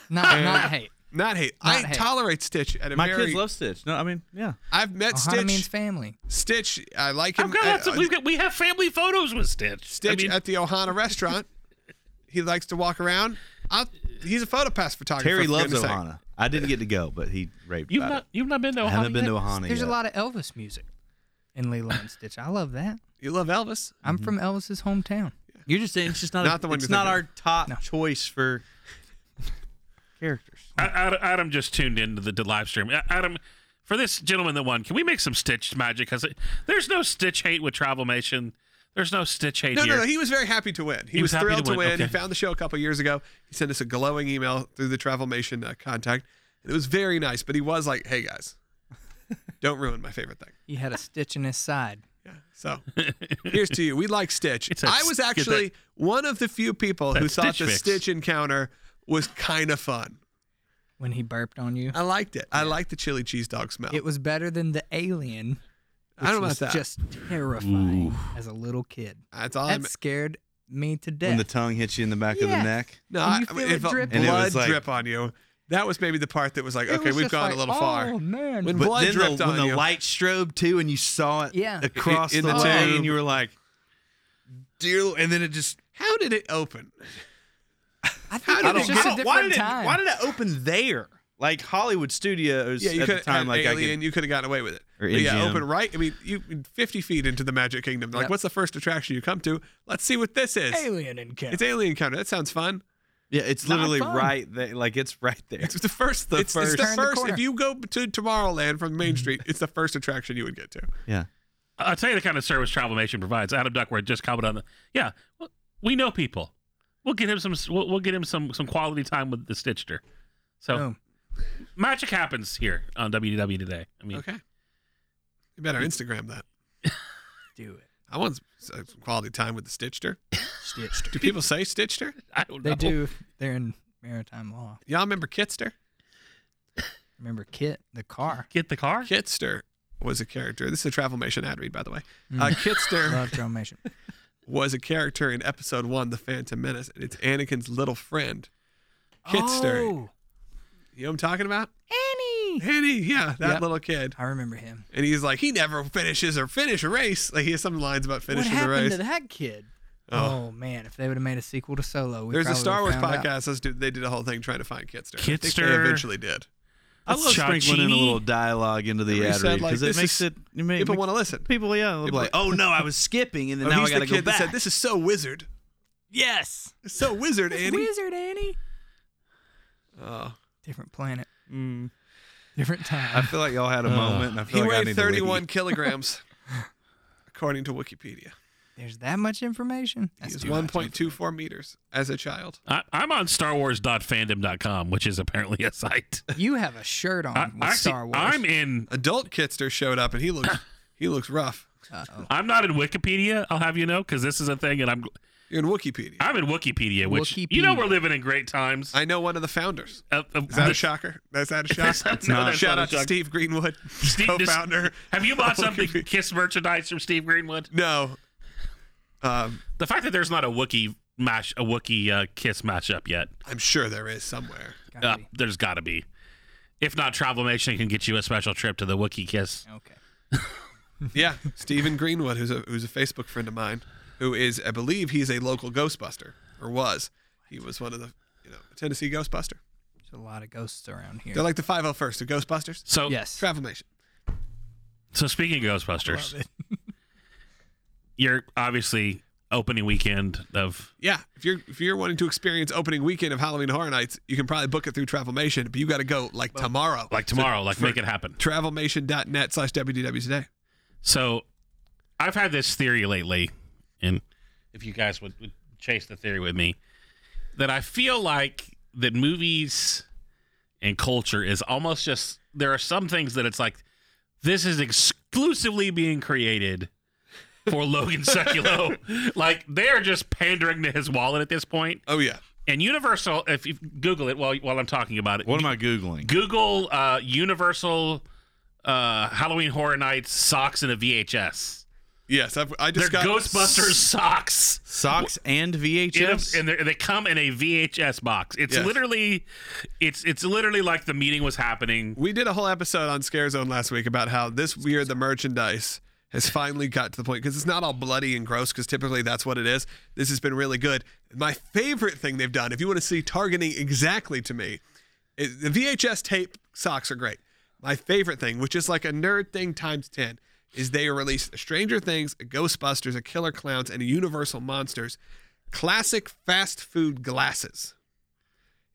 Speaker 5: Not not hate.
Speaker 1: Not hate.
Speaker 5: Not
Speaker 1: I
Speaker 5: hate.
Speaker 1: tolerate Stitch at a
Speaker 3: my
Speaker 1: very
Speaker 3: kids love Stitch. No, I mean, yeah.
Speaker 1: I've met
Speaker 5: Ohana
Speaker 1: Stitch.
Speaker 5: means family.
Speaker 1: Stitch, I like
Speaker 2: I've
Speaker 1: him.
Speaker 2: got
Speaker 1: at- uh,
Speaker 2: lots of, we've got, we have family photos with Stitch.
Speaker 1: Stitch
Speaker 2: I mean,
Speaker 1: at the Ohana restaurant. he likes to walk around. I'll, he's a photo pass photographer.
Speaker 3: Terry
Speaker 1: for
Speaker 3: loves
Speaker 1: goodness sake.
Speaker 3: Ohana. I didn't get to go, but he raved
Speaker 2: you've
Speaker 3: about
Speaker 2: not you've not been to
Speaker 3: it. I
Speaker 2: Ohana
Speaker 3: haven't been
Speaker 2: yet?
Speaker 3: to Ohana
Speaker 5: There's
Speaker 3: yet.
Speaker 5: a lot of Elvis music in Lilo and Stitch. I love that.
Speaker 1: You love Elvis.
Speaker 5: I'm from Elvis's hometown.
Speaker 3: You're just saying it's just not,
Speaker 1: Not the one
Speaker 3: It's
Speaker 1: you're
Speaker 3: not
Speaker 1: thinking
Speaker 3: our top
Speaker 5: No.
Speaker 3: choice for characters.
Speaker 2: I- I- Adam just tuned into the, the live stream. A- Adam, for this gentleman that won, can we make some Stitch magic? Because there's no Stitch hate with Travelmation. There's no Stitch hate
Speaker 1: No,
Speaker 2: here.
Speaker 1: no, no. He was very happy to win. He,
Speaker 2: He
Speaker 1: was,
Speaker 2: was happy
Speaker 1: thrilled to
Speaker 2: to
Speaker 1: win.
Speaker 2: win,
Speaker 1: He
Speaker 2: okay.
Speaker 1: found the show a couple years ago. He sent us a glowing email through the Travelmation uh, contact. It was very nice, but he was like, "Hey guys, don't ruin my favorite thing."
Speaker 5: He had a stitch in his side.
Speaker 1: Yeah. So here's to you. We like Stitch.
Speaker 2: a-
Speaker 1: I was
Speaker 2: get that-
Speaker 1: actually one of the few people who
Speaker 2: that
Speaker 1: thought
Speaker 2: Stitch
Speaker 1: the
Speaker 2: fix.
Speaker 1: Stitch encounter was kind of fun.
Speaker 5: when he burped on you.
Speaker 1: I liked it. I liked the chili cheese dog smell.
Speaker 5: It was better than the alien.
Speaker 1: Oh. I don't
Speaker 5: which
Speaker 1: know
Speaker 5: was
Speaker 1: about that.
Speaker 5: Just terrifying as a little kid.
Speaker 1: That's all.
Speaker 5: That
Speaker 1: I'm,
Speaker 5: scared me to
Speaker 3: When the
Speaker 5: death.
Speaker 3: tongue hits you in the back of the
Speaker 5: Yeah.
Speaker 3: neck.
Speaker 1: no,
Speaker 5: and
Speaker 1: I,
Speaker 5: you
Speaker 1: I
Speaker 5: feel
Speaker 1: mean,
Speaker 5: it
Speaker 1: if a
Speaker 5: dripping.
Speaker 3: And it
Speaker 1: blood
Speaker 3: was like-
Speaker 1: drip on you, That was maybe the part that was like,
Speaker 5: It
Speaker 1: okay,
Speaker 5: was
Speaker 1: we've
Speaker 5: just
Speaker 1: gone
Speaker 5: like,
Speaker 1: a little
Speaker 5: oh,
Speaker 1: far.
Speaker 5: man.
Speaker 1: When
Speaker 3: But
Speaker 1: blood
Speaker 3: then
Speaker 1: dripped
Speaker 3: the,
Speaker 1: on
Speaker 3: when
Speaker 1: you.
Speaker 3: the light strobed too, and you saw it
Speaker 5: Yeah.
Speaker 3: across
Speaker 1: In
Speaker 3: the,
Speaker 1: the
Speaker 3: way,
Speaker 1: tube.
Speaker 3: and you were like, "Dear," and then it just.
Speaker 1: How did it open?
Speaker 5: I think
Speaker 1: did
Speaker 5: it was
Speaker 1: it
Speaker 5: just
Speaker 1: go-
Speaker 5: a different
Speaker 3: why did
Speaker 5: time.
Speaker 3: It, why did it open there? Like Hollywood Studios
Speaker 1: Yeah, you
Speaker 3: at
Speaker 1: could
Speaker 3: the
Speaker 1: have
Speaker 3: time, like I
Speaker 1: Alien,
Speaker 3: could,
Speaker 1: you could have gotten away with it.
Speaker 3: Or
Speaker 1: But yeah,
Speaker 3: MGM.
Speaker 1: open right. I mean, you 50 feet into the Magic Kingdom. Like,
Speaker 5: Yep.
Speaker 1: what's the first attraction you come to? Let's see what this is.
Speaker 5: Alien encounter.
Speaker 1: It's Alien Counter. That sounds fun.
Speaker 3: yeah, it's
Speaker 5: Not
Speaker 3: literally
Speaker 5: fun.
Speaker 3: right there. Like it's right there.
Speaker 1: It's the first. Mm-hmm.
Speaker 3: The
Speaker 1: it's, it's
Speaker 3: first.
Speaker 1: the
Speaker 5: Turn the
Speaker 1: first.
Speaker 5: corner.
Speaker 1: if you go to Tomorrowland from Main Street, it's the first attraction you would get to.
Speaker 3: Yeah,
Speaker 2: I'll tell you the kind of service Travelmation provides. Adam Duckworth just commented on the yeah. well, We know people. We'll get him some. We'll, we'll get him some some quality time with the Stitcher. So
Speaker 1: Oh.
Speaker 5: Boom.
Speaker 2: magic happens here on WDW today. I mean,
Speaker 1: Okay. You better Instagram that.
Speaker 5: Do it.
Speaker 1: I want some some quality time with the Stitchter.
Speaker 5: Stitched.
Speaker 1: Do people say Stitchter?
Speaker 2: I don't
Speaker 5: They
Speaker 2: know.
Speaker 5: do. if They're in maritime law.
Speaker 1: Y'all remember Kitster?
Speaker 5: Remember Kit, the car.
Speaker 2: get the car.
Speaker 1: Kitster was a character. This is a Travelmation ad read, by the way. Uh, Kitster
Speaker 5: Love Dalmatian.
Speaker 1: was a character in Episode One, The Phantom Menace, and it's Anakin's little friend, Kitster.
Speaker 5: Oh,
Speaker 1: You know what I'm talking about?
Speaker 5: Annie.
Speaker 1: Annie, yeah, that
Speaker 5: Yep.
Speaker 1: little kid.
Speaker 5: I remember him.
Speaker 1: And he's like, he never finishes or finish a race. Like he has some lines about
Speaker 5: What
Speaker 1: finishing the
Speaker 5: happened
Speaker 1: race.
Speaker 5: to that kid?
Speaker 1: Oh.
Speaker 5: Oh. man, if they would have made a sequel to Solo, we
Speaker 1: There's a
Speaker 5: probably
Speaker 1: Star Wars
Speaker 5: would've found out.
Speaker 1: podcast. Let's do, they did a whole thing trying to find Kitster. I think they
Speaker 2: Kitster.
Speaker 1: eventually did.
Speaker 3: I
Speaker 2: That's
Speaker 3: love sprinkling in a
Speaker 2: Chachini.
Speaker 3: little dialogue into the
Speaker 1: Remember he
Speaker 3: ad
Speaker 1: said,
Speaker 3: read
Speaker 1: like,
Speaker 3: because
Speaker 1: this
Speaker 3: it makes
Speaker 1: is-
Speaker 3: it. You make,
Speaker 1: People
Speaker 3: make-
Speaker 1: want to listen.
Speaker 3: people, yeah, they'll be
Speaker 1: people-
Speaker 3: like, "Oh no, I was skipping, and then
Speaker 1: Oh,
Speaker 3: now I
Speaker 1: he's
Speaker 3: got to
Speaker 1: the
Speaker 3: go
Speaker 1: kid that
Speaker 3: back."
Speaker 1: said, "This is so wizard,
Speaker 5: Yes,
Speaker 1: It's so wizard, Annie."
Speaker 5: Wizard Annie.
Speaker 1: Oh.
Speaker 5: Different planet,
Speaker 1: Hmm.
Speaker 3: Mm.
Speaker 5: different
Speaker 3: I
Speaker 5: time.
Speaker 3: feel like y'all had a
Speaker 2: Ugh.
Speaker 3: moment. And I
Speaker 1: He
Speaker 3: feel like I
Speaker 1: weighed
Speaker 3: need to wiki.
Speaker 1: 31 kilograms, according to Wikipedia.
Speaker 5: There's that much information.
Speaker 1: He
Speaker 5: That's
Speaker 1: was
Speaker 5: too much.
Speaker 1: 1.24 meters as a child.
Speaker 2: I, I'm on StarWars.fandom.com, which is apparently a site.
Speaker 5: You have a shirt on
Speaker 2: I,
Speaker 5: with
Speaker 2: actually,
Speaker 5: Star Wars.
Speaker 2: I'm in.
Speaker 1: Adult Kitster showed up, and he looks he looks rough.
Speaker 5: Uh-oh.
Speaker 2: I'm not in Wikipedia. I'll have you know, because this is a thing, and I'm
Speaker 1: You're in Wikipedia.
Speaker 2: I'm in Wikipedia, which you know
Speaker 5: Wikipedia.
Speaker 2: we're living in great times.
Speaker 1: I know one of the founders.
Speaker 2: of, of
Speaker 1: Is that a
Speaker 2: the-
Speaker 1: shocker? Is that a
Speaker 2: That's
Speaker 1: shock?
Speaker 2: not- that's
Speaker 1: Shout
Speaker 2: not a
Speaker 1: out to
Speaker 2: shock.
Speaker 1: Steve Greenwood,
Speaker 2: Steve- this-
Speaker 1: co-founder.
Speaker 2: Have you bought something
Speaker 1: Wikipedia.
Speaker 2: Kiss merchandise from Steve Greenwood?
Speaker 1: No. Um,
Speaker 2: The fact that there's not a Wookiee mash, a Wookiee uh, Kiss matchup yet,
Speaker 1: I'm sure there is somewhere.
Speaker 5: Gotta
Speaker 2: uh,
Speaker 5: be.
Speaker 2: there's got to be. If not, Travelmation can get you a special trip to the Wookiee Kiss.
Speaker 5: Okay.
Speaker 1: Yeah, Stephen Greenwood, who's a who's a Facebook friend of mine, who is I believe he's a local Ghostbuster or was. He was one of the you know Tennessee Ghostbuster.
Speaker 5: There's a lot of ghosts around here.
Speaker 1: They're like the 501st of Ghostbusters.
Speaker 2: So,
Speaker 5: yes.
Speaker 1: Travelmation.
Speaker 2: so speaking of
Speaker 5: Love
Speaker 2: Ghostbusters,
Speaker 5: it.
Speaker 2: you're obviously opening weekend of
Speaker 1: Yeah, if you're if you're wanting to experience opening weekend of Halloween Horror Nights, you can probably book it through Travelmation, but you got to go like tomorrow.
Speaker 2: like tomorrow, like make it happen.
Speaker 1: Travelmation.net slash WDW today.
Speaker 2: So, I've had this theory lately, and if you guys would, would chase the theory with me, that I feel like that movies and culture is almost just there are some things that it's like this is exclusively being created for Logan Seculo. like they are just pandering to his wallet at this point.
Speaker 1: Oh yeah,
Speaker 2: And Universal, if you Google it while while I'm talking about it,
Speaker 3: What am I googling?
Speaker 2: Google uh, Universal uh, Halloween Horror Nights socks and a VHS.
Speaker 1: yes, I've, I
Speaker 2: They're
Speaker 1: just got
Speaker 2: Ghostbusters socks.
Speaker 3: Socks and
Speaker 2: In a-
Speaker 3: VHS.
Speaker 2: and they're- they come in a VHS box. It's
Speaker 1: Yes.
Speaker 2: literally, it's it's literally like the meeting was happening.
Speaker 1: We did a whole episode on Scare Zone last week about how this year the merchandise has finally got to the point because it's not all bloody and gross because typically that's what it is. This has been really good. My favorite thing they've done, if you want to see targeting exactly to me, is the VHS tape socks are great. My favorite thing, which is like a nerd thing times 10, is they released a Stranger Things, a Ghostbusters, a Killer Clowns, and a Universal Monsters classic fast food glasses.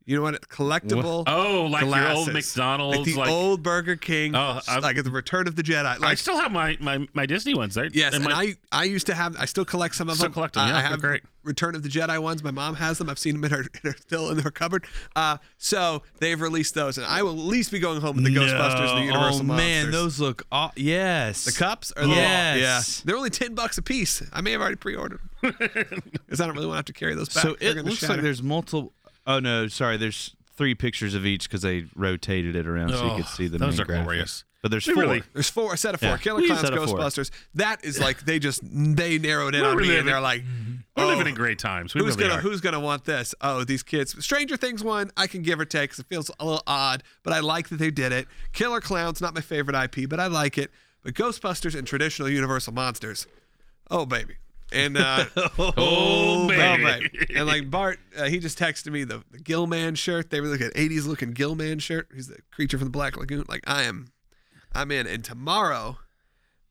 Speaker 1: You know what? Collectible.
Speaker 2: Oh, like your old
Speaker 1: Glasses.
Speaker 2: McDonald's.
Speaker 1: like
Speaker 2: Like,
Speaker 1: the old Burger King,
Speaker 2: Oh,
Speaker 1: s-
Speaker 2: I've-
Speaker 1: like at the Return of the Jedi.
Speaker 2: I
Speaker 1: Like,
Speaker 2: still have my my, my Disney ones. There.
Speaker 1: yes, and
Speaker 2: my,
Speaker 1: I I used to have. I still collect some of
Speaker 2: Still
Speaker 1: them.
Speaker 2: collect 'em,
Speaker 1: I-
Speaker 2: yeah,
Speaker 1: I
Speaker 2: they're
Speaker 1: have
Speaker 2: great.
Speaker 1: Return of the Jedi ones. My mom has them. I've seen them in her, in her still in her cupboard. Uh, so they've released those, and I will at least be going home with the Ghostbusters and the Universal
Speaker 3: oh man,
Speaker 1: Monsters.
Speaker 3: those look aw- yes.
Speaker 1: the cups are the
Speaker 3: Yes.
Speaker 1: yeah. They're only ten bucks a piece. I may have already pre-ordered because I don't really want to have to carry those back.
Speaker 3: So
Speaker 1: They're
Speaker 3: it
Speaker 1: gonna
Speaker 3: looks
Speaker 1: shatter.
Speaker 3: like there's multiple. Oh no, sorry. There's three pictures of each because they rotated it around so you
Speaker 2: Oh,
Speaker 3: could see the
Speaker 2: Those
Speaker 3: main
Speaker 2: are
Speaker 3: graphic.
Speaker 2: glorious.
Speaker 3: But there's
Speaker 2: We
Speaker 3: four.
Speaker 2: really-
Speaker 1: There's four a set of four
Speaker 3: Yeah.
Speaker 1: Killer
Speaker 3: We
Speaker 1: Clowns
Speaker 3: set of four.
Speaker 1: Ghostbusters. That is like they just they narrowed in
Speaker 2: We're
Speaker 1: on me
Speaker 2: really-
Speaker 1: and they're like,
Speaker 2: We're
Speaker 1: oh,
Speaker 2: living in great times. We
Speaker 1: who's
Speaker 2: really
Speaker 1: gonna
Speaker 2: are.
Speaker 1: who's gonna want this? Oh, these kids. Stranger Things one I can give or take because it feels a little odd, but I like that they did it. Killer Clowns not my favorite IP, but I like it. But Ghostbusters and traditional Universal monsters, oh baby, and uh,
Speaker 2: Oh, baby.
Speaker 1: and like Bart, uh, he just texted me the, the Gill Man shirt. They were looking at 80s looking Gill Man shirt. He's the creature from the Black Lagoon. Like I am, I'm in. And tomorrow,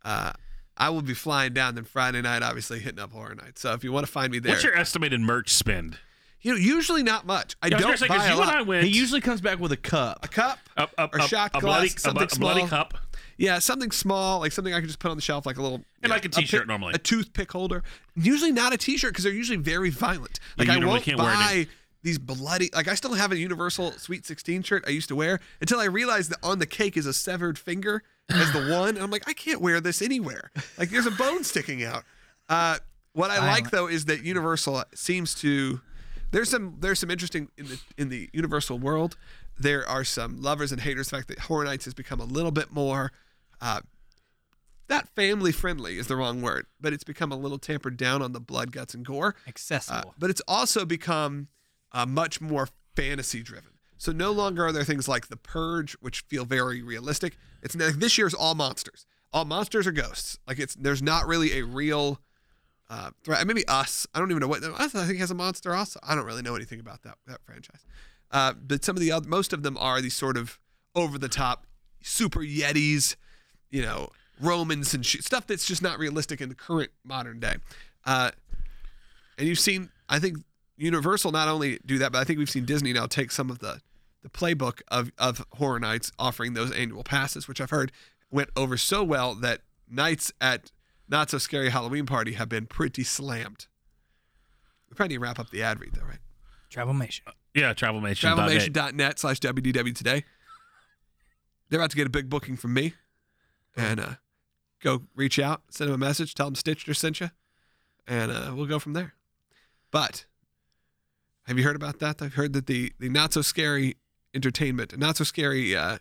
Speaker 1: uh, I will be flying down. Then Friday night, obviously hitting up Horror Night. So if you want to find me there,
Speaker 2: What's your estimated merch spend?
Speaker 1: you know, usually not much. I
Speaker 2: Yeah, I
Speaker 1: don't
Speaker 2: was gonna say, 'cause
Speaker 1: buy a
Speaker 2: you and
Speaker 1: lot.
Speaker 2: I went
Speaker 3: He usually comes back with a cup.
Speaker 1: a cup
Speaker 2: a, a,
Speaker 1: or
Speaker 2: a,
Speaker 1: shot
Speaker 2: a
Speaker 1: glass,
Speaker 2: bloody, a,
Speaker 1: something
Speaker 2: bu- a bloody
Speaker 1: small.
Speaker 2: cup.
Speaker 1: Yeah, something small, like something I could just put on the shelf, like a little yeah,
Speaker 2: And like a t-shirt
Speaker 1: pick-
Speaker 2: normally.
Speaker 1: a toothpick holder. Usually not a t-shirt because they're usually very violent.
Speaker 2: Yeah,
Speaker 1: Like
Speaker 2: you
Speaker 1: I
Speaker 2: normally
Speaker 1: won't
Speaker 2: can't wear any.
Speaker 1: buy these bloody. Like I still have a Universal Sweet Sixteen shirt I used to wear until I realized that on the cake is a severed finger as the one, and I'm like, I can't wear this anywhere. Like there's a bone sticking out. Uh, what I like
Speaker 5: Violent.
Speaker 1: though is that Universal seems to. There's some there's some interesting in the in the Universal world. There are some lovers and haters. The fact that Horror Nights has become a little bit more uh, not family friendly is the wrong word, but it's become a little tampered down on the blood, guts, and gore. Uh,
Speaker 5: Accessible.
Speaker 1: but it's also become uh, much more fantasy driven. So no longer are there things like the Purge, which feel very realistic. It's like this year's all monsters. All monsters are ghosts. Like it's there's not really a real uh, threat. Maybe us. I don't even know what us. I think has a monster also. I don't really know anything about that that franchise. Uh, but some of the other, most of them are these sort of over the top super yetis, you know, Romans and shit, stuff that's just not realistic in the current modern day. Uh, and you've seen, I think Universal not only do that, but I think we've seen Disney now take some of the the playbook of of Horror Nights, offering those annual passes, which I've heard went over so well that nights at Not So Scary Halloween Party have been pretty slammed. We probably need to wrap up the ad read though, right?
Speaker 5: Travelmation.
Speaker 2: Yeah, travelmation. Travelmation.
Speaker 1: Travelmation.net slash WDW today. They're about to get a big booking from me. And uh, go reach out, send them a message, tell them Stitcher sent you, and uh, we'll go from there. But have you heard about that? I've heard that the, the not so scary entertainment, not so scary uh,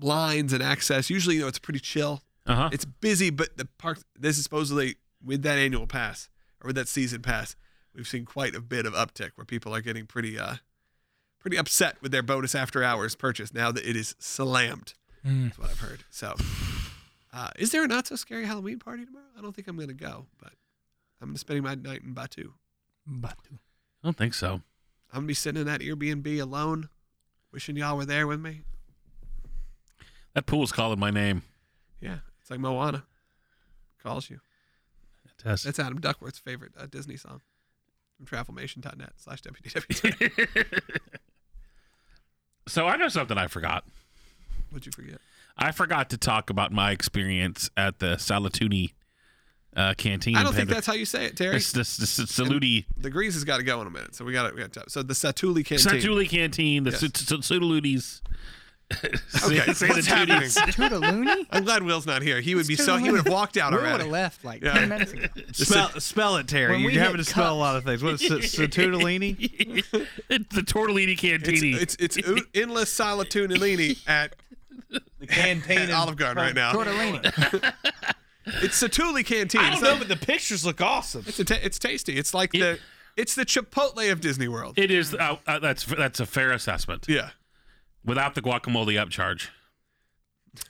Speaker 1: lines and access, usually, you know, it's pretty chill.
Speaker 2: Uh huh.
Speaker 1: It's busy, but the park. This is supposedly with that annual pass or with that season pass. We've seen quite a bit of uptick where people are getting pretty, uh, pretty upset with their bonus after hours purchase now that it is slammed.
Speaker 5: Mm.
Speaker 1: That's what I've heard. So, uh, is there a not so scary Halloween party tomorrow? I don't think I'm gonna go, but I'm spending my night in Batu.
Speaker 5: Batu.
Speaker 2: I don't think so.
Speaker 1: I'm gonna be sitting in that Airbnb alone, wishing y'all were there with me.
Speaker 2: That pool's calling my name.
Speaker 1: Yeah, it's like Moana calls you.
Speaker 2: Tess.
Speaker 1: That's Adam Duckworth's favorite uh, Disney song from Travelmation.net slash WDW.
Speaker 2: so I know something I forgot.
Speaker 1: What'd you forget?
Speaker 2: I forgot to talk about my experience at the Salatuni uh, canteen.
Speaker 1: I
Speaker 2: in
Speaker 1: don't think
Speaker 2: Panda-
Speaker 1: that's how you say it, Terry.
Speaker 2: It's this, this, it's Saluti
Speaker 1: The grease has got to go in a minute, so we got to. We gotta so the Satuli canteen.
Speaker 2: Satuli canteen. The
Speaker 1: Yes.
Speaker 2: Sutalutis.
Speaker 1: Okay, what's happening?
Speaker 5: Toodaloonie?
Speaker 1: I'm glad Will's not here. He would be
Speaker 5: It's
Speaker 1: so. He would have walked out
Speaker 5: We would have
Speaker 1: already.
Speaker 5: left like
Speaker 1: Yeah.
Speaker 5: 10 minutes ago.
Speaker 3: Spell, spell it, Terry.
Speaker 5: When
Speaker 3: You're
Speaker 5: we
Speaker 3: having to
Speaker 5: hit
Speaker 3: spell a lot of things. What's Satudalini?
Speaker 2: It's the tortellini cantini.
Speaker 1: It's it's, it's o- endless solitudinini at
Speaker 3: The canteen
Speaker 1: at Olive Garden right now.
Speaker 5: Tortellini.
Speaker 1: It's Satuli canteen.
Speaker 3: I
Speaker 1: It's,
Speaker 3: don't know,
Speaker 1: not,
Speaker 3: but the pictures look awesome.
Speaker 1: it's, a ta- it's tasty. It's like the it's the Chipotle of Disney World.
Speaker 2: it is uh, uh, that's that's a fair assessment
Speaker 1: yeah.
Speaker 2: without the guacamole upcharge.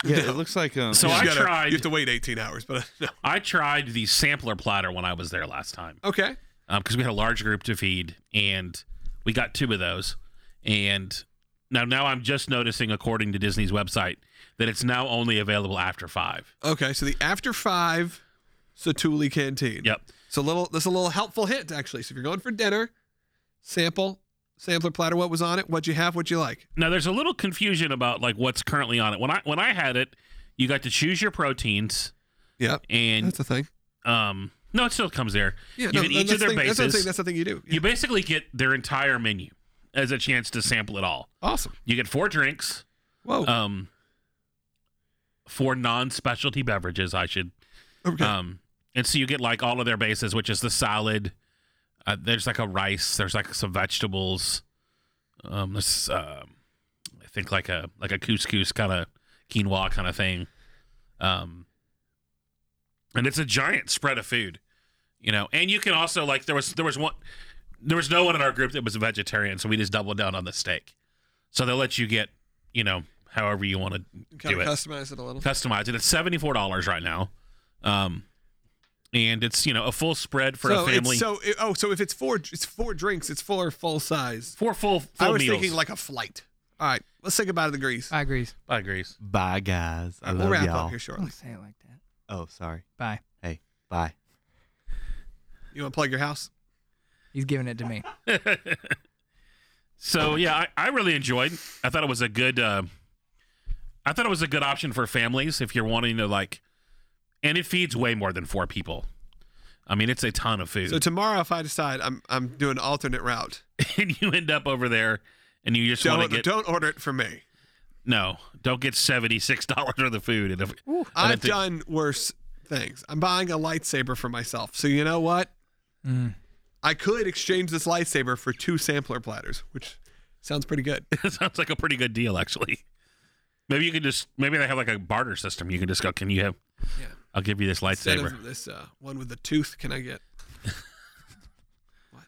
Speaker 3: Yeah, it looks like um,
Speaker 2: So
Speaker 1: You
Speaker 2: I
Speaker 1: gotta-
Speaker 2: tried.
Speaker 1: You have to wait 18 hours, but uh, no.
Speaker 2: I tried the sampler platter when I was there last time
Speaker 1: Okay.
Speaker 2: because we had a large group to feed, and we got two of those. And now, now I'm just noticing, according to Disney's website, that it's now only available after five.
Speaker 1: Okay, so the after five Satuli canteen.
Speaker 2: Yep.
Speaker 1: So a little that's a little helpful hint actually. So if you're going for dinner, sample, sampler platter, what was on it, what'd you have, what'd you like?
Speaker 2: Now there's a little confusion about like what's currently on it. When I when I had it, you got to choose your proteins,
Speaker 1: Yep.
Speaker 2: and
Speaker 1: That's a thing.
Speaker 2: um, no, it still comes there.
Speaker 1: Yeah,
Speaker 2: you
Speaker 1: no,
Speaker 2: can
Speaker 1: and
Speaker 2: each of
Speaker 1: that's
Speaker 2: their
Speaker 1: the thing,
Speaker 2: bases.
Speaker 1: That's the thing, that's the thing you do. Yeah.
Speaker 2: you basically get their entire menu as a chance to sample it all.
Speaker 1: awesome.
Speaker 2: You get four drinks,
Speaker 1: Whoa.
Speaker 2: um, four non-specialty beverages, I should.
Speaker 1: okay.
Speaker 2: Um, and so you get like all of their bases, which is the salad. Uh, there's like a rice. There's like some vegetables. Um, there's um I think like a like a couscous kind of quinoa kind of thing. Um, and it's a giant spread of food, you know. And you can also like there was there was one there was no one in our group that was a vegetarian, so we just doubled down on the steak. So they'll let you get you know however you want to
Speaker 1: Kind
Speaker 2: do
Speaker 1: of
Speaker 2: it
Speaker 1: customize it a little.
Speaker 2: customize it. It's seventy four dollars right now, um, and it's you know a full spread for
Speaker 1: so
Speaker 2: a family,
Speaker 1: It's, so it, oh, so if it's four, it's four drinks. It's four full size.
Speaker 2: four full full
Speaker 1: I was
Speaker 2: meals.
Speaker 1: thinking like a flight. All right, let's think about it. The grease.
Speaker 5: I agree.
Speaker 2: I agrees.
Speaker 3: Bye, guys. I
Speaker 1: we'll
Speaker 3: love
Speaker 1: wrap
Speaker 3: y'all.
Speaker 1: up here
Speaker 5: Don't
Speaker 1: shortly.
Speaker 5: say it like that.
Speaker 3: Oh, sorry.
Speaker 5: Bye.
Speaker 3: Hey, bye.
Speaker 1: You want to plug your house?
Speaker 5: He's giving it to me.
Speaker 2: So yeah, I, I really enjoyed. I thought it was a good. Uh, I thought it was a good option for families if you're wanting to like, and it feeds way more than four people. I mean, it's a ton of food,
Speaker 1: So tomorrow, if I decide I'm I'm doing an alternate route,
Speaker 2: and you end up over there, and you just want to
Speaker 1: don't
Speaker 2: get
Speaker 1: don't order it for me.
Speaker 2: no, don't get seventy six dollars worth of food. And if, and
Speaker 1: I've
Speaker 2: if it-
Speaker 1: done worse things. I'm buying a lightsaber for myself. So you know what?
Speaker 5: Mm.
Speaker 1: I could exchange this lightsaber for two sampler platters, which sounds pretty good.
Speaker 2: That sounds like a pretty good deal, actually. Maybe you can just maybe they have like a barter system. You can just go, can you have?
Speaker 1: Yeah.
Speaker 2: I'll give you this
Speaker 1: Instead
Speaker 2: lightsaber.
Speaker 1: of this uh, one with the tooth, can I get? what?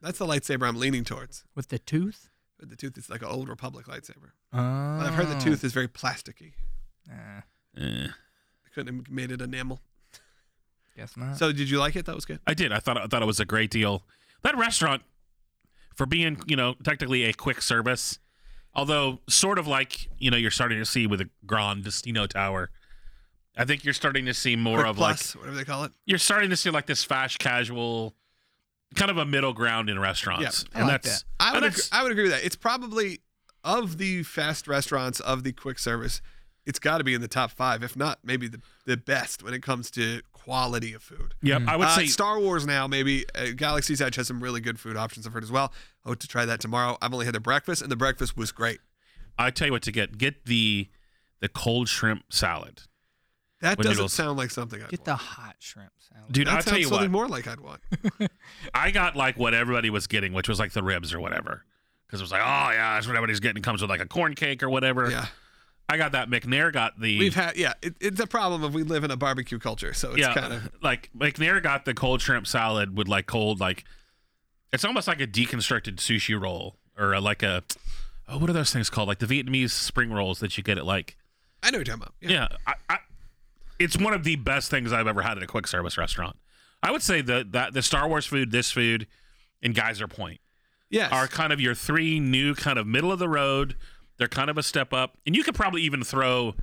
Speaker 1: That's the lightsaber I'm leaning towards.
Speaker 5: With the tooth?
Speaker 1: But the tooth is like an old Republic lightsaber.
Speaker 5: Oh.
Speaker 1: But I've heard
Speaker 2: Ah.
Speaker 1: the tooth is very plasticky.
Speaker 5: Nah,
Speaker 2: Eh.
Speaker 1: They couldn't have made it enamel.
Speaker 5: guess not.
Speaker 1: So did you like it? That was good.
Speaker 2: I did. I thought I thought it was a great deal. That restaurant, for being you know technically a quick service, although sort of like you know you're starting to see with a Grand Destino Tower. I think you're starting to see more
Speaker 1: Quick
Speaker 2: of like
Speaker 1: plus, whatever they call it.
Speaker 2: you're starting to see like this fast casual, kind of a middle ground in restaurants,
Speaker 5: I
Speaker 2: and
Speaker 5: like
Speaker 2: that's
Speaker 1: I
Speaker 2: and
Speaker 1: would, agree,
Speaker 2: that's-
Speaker 1: I would agree with that. It's probably of the fast restaurants of the quick service. It's got to be in the top five, if not maybe the, the best when it comes to quality of food.
Speaker 2: yep. I would
Speaker 1: Uh,
Speaker 2: say
Speaker 1: Star Wars now, maybe uh, Galaxy's Edge has some really good food options. I've heard as well. I hope to try that tomorrow. I've only had the breakfast, and the breakfast was great.
Speaker 2: I tell you what to get. Get the the cold shrimp salad.
Speaker 1: That
Speaker 2: With
Speaker 1: doesn't
Speaker 2: noodles.
Speaker 1: sound like something I'd
Speaker 5: Get the
Speaker 1: want.
Speaker 5: hot shrimp salad.
Speaker 2: Dude,
Speaker 1: that
Speaker 2: I'll
Speaker 1: sounds
Speaker 2: tell you
Speaker 1: something more
Speaker 2: what.
Speaker 1: like I'd want.
Speaker 2: I got like what everybody was getting, which was like the ribs or whatever. Because it was like, oh yeah, that's what everybody's getting. It comes with like a corn cake or whatever.
Speaker 1: yeah,
Speaker 2: I got that. McNair got the
Speaker 1: we've had yeah. It, it's a problem if we live in a barbecue culture, so it's
Speaker 2: yeah,
Speaker 1: kind of
Speaker 2: like McNair got the cold shrimp salad with like cold like it's almost like a deconstructed sushi roll or a, like a oh what are those things called like the Vietnamese spring rolls that you get at like
Speaker 1: I know what you're talking about. Yeah.
Speaker 2: Yeah, I, I, it's one of the best things I've ever had at a quick service restaurant. I would say the that the Star Wars food, this food, and Geyser Point
Speaker 1: Yes.
Speaker 2: are kind of your three new kind of middle of the road. They're kind of a step up, and you could probably even throw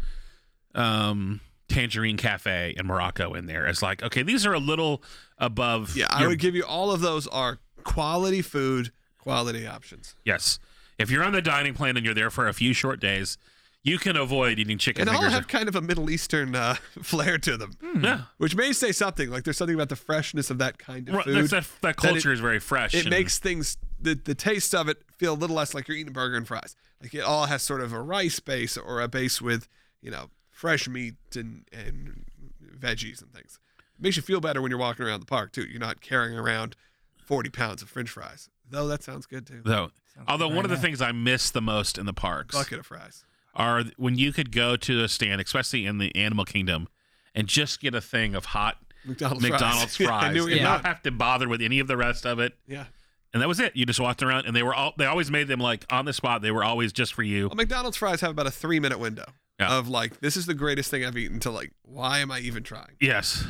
Speaker 2: um, Tangerine Cafe in Morocco in there as like, okay, these are a little above.
Speaker 1: yeah, I
Speaker 2: your-
Speaker 1: would give you all of those are quality food, quality options.
Speaker 2: yes. If you're on the dining plan and you're there for a few short days, you can avoid eating chicken
Speaker 1: And all
Speaker 2: fingers.
Speaker 1: have kind of a Middle Eastern uh, flair to them,
Speaker 2: yeah,
Speaker 1: which may say something. Like there's something about the freshness of that kind of
Speaker 2: Right,
Speaker 1: food.
Speaker 2: that's- that, that
Speaker 1: that it-
Speaker 2: culture is very fresh.
Speaker 1: it
Speaker 2: and-
Speaker 1: makes things the, the taste of it feel a little less like you're eating burger and fries. Like it all has sort of a rice base or a base with you know fresh meat and and veggies and things. It makes you feel better when you're walking around the park too. You're not carrying around 40 pounds of French fries, though. That sounds good too.
Speaker 2: though.
Speaker 5: Sounds
Speaker 2: Although
Speaker 5: good
Speaker 2: one of the
Speaker 5: right now.
Speaker 2: things I miss the most in the parks
Speaker 1: Bucket of fries.
Speaker 2: are when you could go to a stand, especially in the animal kingdom, and just get a thing of hot
Speaker 1: McDonald's,
Speaker 2: McDonald's
Speaker 1: Oh, Yeah, I
Speaker 2: fries,
Speaker 1: knew what you
Speaker 2: and not
Speaker 1: meant.
Speaker 2: have to bother with any of the rest of it.
Speaker 1: Yeah.
Speaker 2: And that was it. You just walked around, and they were all they always made them like on the spot. They were always just for you.
Speaker 1: Well, McDonald's fries have about a three minute window
Speaker 2: Yeah.
Speaker 1: of like, this is the greatest thing I've eaten to like, why am I even trying?
Speaker 2: Yes,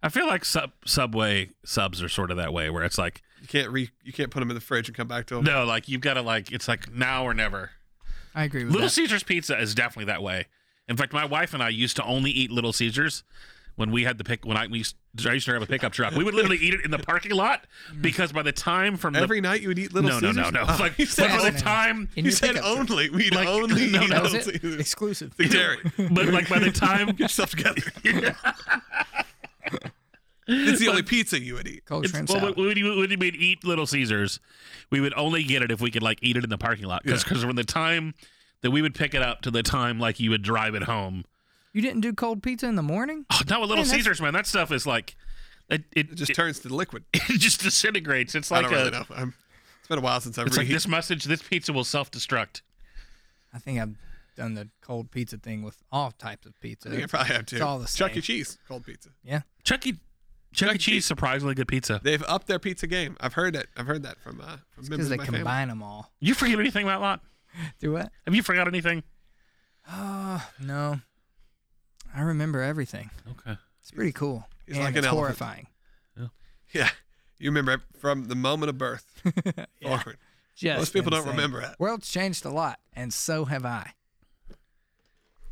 Speaker 2: I feel like sub Subway subs are sort of that way, where it's like
Speaker 1: You can't re, you can't put them in the fridge and come back to them.
Speaker 2: no, like you've got to like it's like now or never.
Speaker 5: I agree with
Speaker 2: Little
Speaker 5: that.
Speaker 2: Caesars pizza is definitely that way. In fact, my wife and I used to only eat Little Caesars when we had the pick. When I we used, I used to have a pickup truck, we would literally eat it in the parking lot because by the time from
Speaker 1: Every night you would eat
Speaker 2: the
Speaker 1: Little
Speaker 2: no, no
Speaker 1: Caesars.
Speaker 2: no no
Speaker 1: Oh,
Speaker 2: like
Speaker 1: you
Speaker 2: but
Speaker 1: said,
Speaker 2: by the
Speaker 5: only.
Speaker 2: time
Speaker 5: In
Speaker 1: you
Speaker 5: your
Speaker 1: said
Speaker 5: pickup truck.
Speaker 1: only we'd
Speaker 2: Like,
Speaker 1: only
Speaker 2: no,
Speaker 1: eat
Speaker 2: no.
Speaker 5: That was
Speaker 1: Little
Speaker 5: it.
Speaker 1: Caesars.
Speaker 5: Exclusive.
Speaker 1: The dairy.
Speaker 2: but like by the time
Speaker 1: Stuff together. It's the only pizza you would eat.
Speaker 5: Cold
Speaker 2: it's,
Speaker 5: shrimp
Speaker 2: well,
Speaker 5: salad.
Speaker 2: we, would we'd eat Little Caesars, we would only get it if we could like eat it in the parking lot because from the time that we would pick it up to the time like you would drive it home.
Speaker 5: you didn't do cold pizza in the morning?
Speaker 2: Oh, not with Little
Speaker 5: Man, that's-
Speaker 2: Caesars, man. That stuff is like it it
Speaker 1: It
Speaker 2: just,
Speaker 1: just turns to liquid.
Speaker 2: it just disintegrates. It's
Speaker 1: I
Speaker 2: like
Speaker 1: don't
Speaker 2: a
Speaker 1: really know. I'm, it's been a while since I've
Speaker 2: It's like
Speaker 1: reheated.
Speaker 2: this message, this pizza will self destruct.
Speaker 5: I think I done the cold pizza thing with all types of pizza.
Speaker 1: I think I probably have
Speaker 5: It's all
Speaker 1: two.
Speaker 5: the
Speaker 1: Chuck E.
Speaker 5: same.
Speaker 1: Cheese cold pizza.
Speaker 5: yeah.
Speaker 2: Chuck E. Chuck,
Speaker 1: Chuck E.
Speaker 2: E. Cheese surprisingly good pizza.
Speaker 1: They've upped their pizza game. I've heard it. I've heard that from uh, from members of
Speaker 5: Because they
Speaker 1: my family.
Speaker 5: combine them all.
Speaker 2: You forget anything about lot?
Speaker 5: Do what?
Speaker 2: Have you forgot anything?
Speaker 5: Oh, no. I remember everything.
Speaker 2: Okay.
Speaker 5: It's pretty cool.
Speaker 1: he's
Speaker 5: and
Speaker 1: like
Speaker 5: it's
Speaker 1: an elephant.
Speaker 5: horrifying.
Speaker 1: Yeah, you remember it from the moment of birth forward.
Speaker 5: Just
Speaker 1: Most people don't
Speaker 5: insane.
Speaker 1: remember it.
Speaker 5: World's changed a lot, and so have I.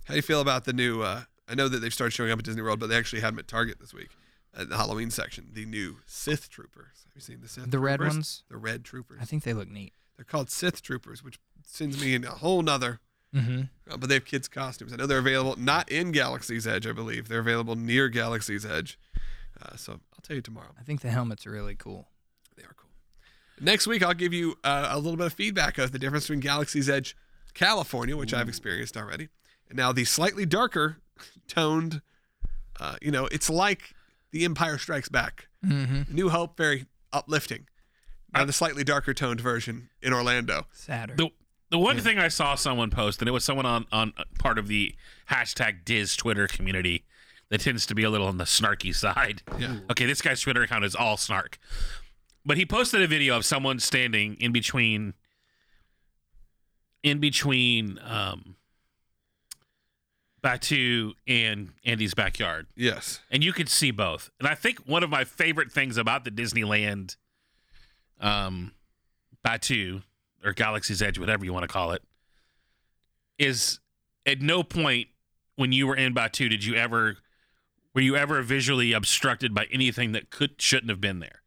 Speaker 1: How do you feel about the new? Uh, I know that they've started showing up at Disney World, but they actually had them at Target this week at the Halloween section. The new Sith Troopers. Have you seen the Sith?
Speaker 5: The red
Speaker 1: troopers?
Speaker 5: ones?
Speaker 1: The red troopers.
Speaker 5: I think they look neat.
Speaker 1: They're called Sith Troopers, which sends me in a whole nother.
Speaker 5: Mm-hmm.
Speaker 1: uh, But they have kids' costumes. I know they're available not in Galaxy's Edge, I believe. They're available near Galaxy's Edge. Uh, so I'll tell you tomorrow.
Speaker 5: I think the helmets are really cool.
Speaker 1: They are cool. Next week, I'll give you uh, a little bit of feedback of the difference between Galaxy's Edge, California, which I've experienced already, and now the slightly darker toned. Uh, you know, it's like The Empire Strikes Back.
Speaker 5: Mm-hmm.
Speaker 1: New Hope, very uplifting. Now the slightly darker toned version in Orlando.
Speaker 5: Saturn.
Speaker 2: The the one thing I saw someone post, and it was someone on on part of the hashtag Diz Twitter community that tends to be a little on the snarky side.
Speaker 1: Yeah.
Speaker 2: Okay, this guy's Twitter account is all snark, but he posted a video of someone standing in between, in between um, Batu and Andy's backyard,
Speaker 1: Yes.
Speaker 2: and you could see both. And I think one of my favorite things about the Disneyland, um, Batu or Galaxy's Edge, whatever you want to call it, is at no point when you were in Batu did you ever were you ever visually obstructed by anything that could shouldn't have been there,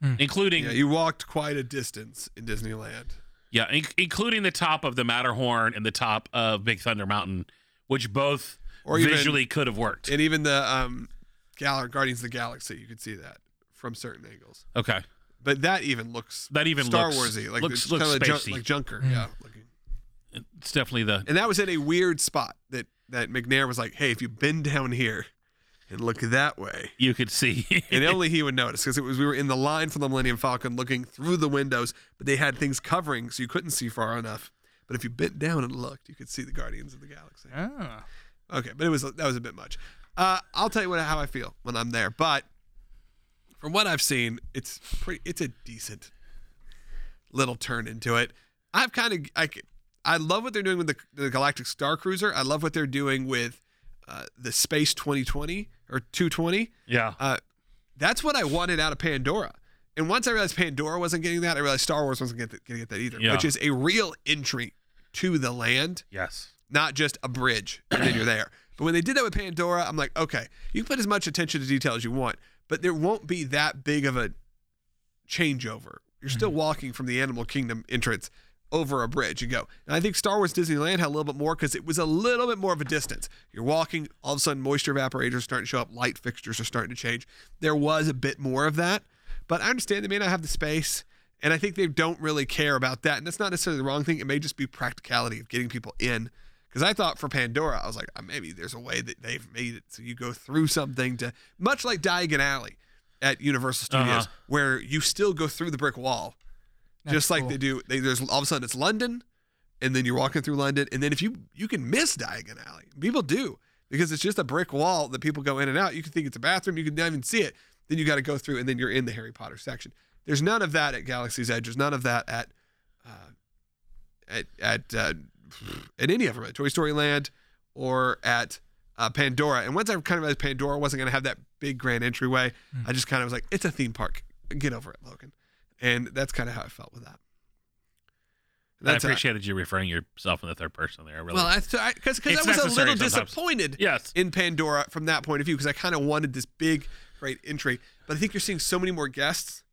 Speaker 5: Hmm.
Speaker 2: including
Speaker 1: Yeah, you walked quite a distance in Disneyland.
Speaker 2: yeah, in- including the top of the Matterhorn and the top of Big Thunder Mountain, which both
Speaker 1: Or even-
Speaker 2: visually could have worked.
Speaker 1: And even the um, Gal- Guardians of the Galaxy, you could see that from certain angles.
Speaker 2: okay,
Speaker 1: But that even looks
Speaker 2: That even
Speaker 1: Star
Speaker 2: looks-
Speaker 1: Warsy, like
Speaker 2: looks-
Speaker 1: it's
Speaker 2: looks
Speaker 1: kinda junk-
Speaker 2: spacey.
Speaker 1: like junker, yeah. Looking.
Speaker 2: it's definitely the
Speaker 1: And that was at a weird spot that that McNair was like, "Hey, if you bend down here and look that way,"
Speaker 2: you could see.
Speaker 1: and only he would notice because it was we were in the line for the Millennium Falcon, looking through the windows, but they had things covering so you couldn't see far enough. But if you bent down and looked, you could see the Guardians of the Galaxy.
Speaker 5: Oh.
Speaker 1: Okay, but it was that was a bit much. Uh, I'll tell you what how I feel when I'm there, but from what I've seen, it's pretty. It's a decent little turn into it. I've kind of I c- I love what they're doing with the, the Galactic Star Cruiser. I love what they're doing with uh, the Space 2020 or 220.
Speaker 2: yeah,
Speaker 1: Uh, that's what I wanted out of Pandora. And once I realized Pandora wasn't getting that, I realized Star Wars wasn't get- going to get that either,
Speaker 2: Yeah.
Speaker 1: which is a real entry to the land
Speaker 2: yes.
Speaker 1: not just a bridge and then you're there. But when they did that with Pandora, I'm like, okay, you can put as much attention to detail as you want, but there won't be that big of a changeover. You're still walking from the Animal Kingdom entrance over a bridge and go. And I think Star Wars Disneyland had a little bit more because it was a little bit more of a distance. You're walking, all of a sudden, moisture evaporators are starting to show up, light fixtures are starting to change. There was a bit more of that, but I understand they may not have the space. And I think they don't really care about that. And that's not necessarily the wrong thing. It may just be practicality of getting people in. Because I thought for Pandora, I was like, "Ah, maybe there's a way that they've made it so you go through something to, much like Diagon Alley at Universal Studios,
Speaker 2: Uh-huh.
Speaker 1: where you still go through the brick wall,
Speaker 5: That's
Speaker 1: just like
Speaker 5: cool.
Speaker 1: they do. They, there's all of a sudden it's London, and then you're walking through London, and then if you you can miss Diagon Alley, people do because it's just a brick wall that people go in and out. You can think it's a bathroom, you can not even see it. Then you got to go through, and then you're in the Harry Potter section. There's none of that at Galaxy's Edge. There's none of that at uh, at at uh, at any of them at Toy Story Land or at uh, Pandora. And once I kind of realized Pandora wasn't going to have that big grand entryway,
Speaker 2: Hmm.
Speaker 1: I just kind of was like, it's a theme park. Get over it, Logan. And that's kind of how I felt with that.
Speaker 2: I
Speaker 1: how-
Speaker 2: appreciated you referring yourself in the third person there. I Really,
Speaker 1: well, I because I,
Speaker 2: It's
Speaker 1: was a
Speaker 2: necessary
Speaker 1: little
Speaker 2: sometimes.
Speaker 1: disappointed
Speaker 2: Yes.
Speaker 1: in Pandora from that point of view because I kind of wanted this big, great entry. But I think you're seeing so many more guests.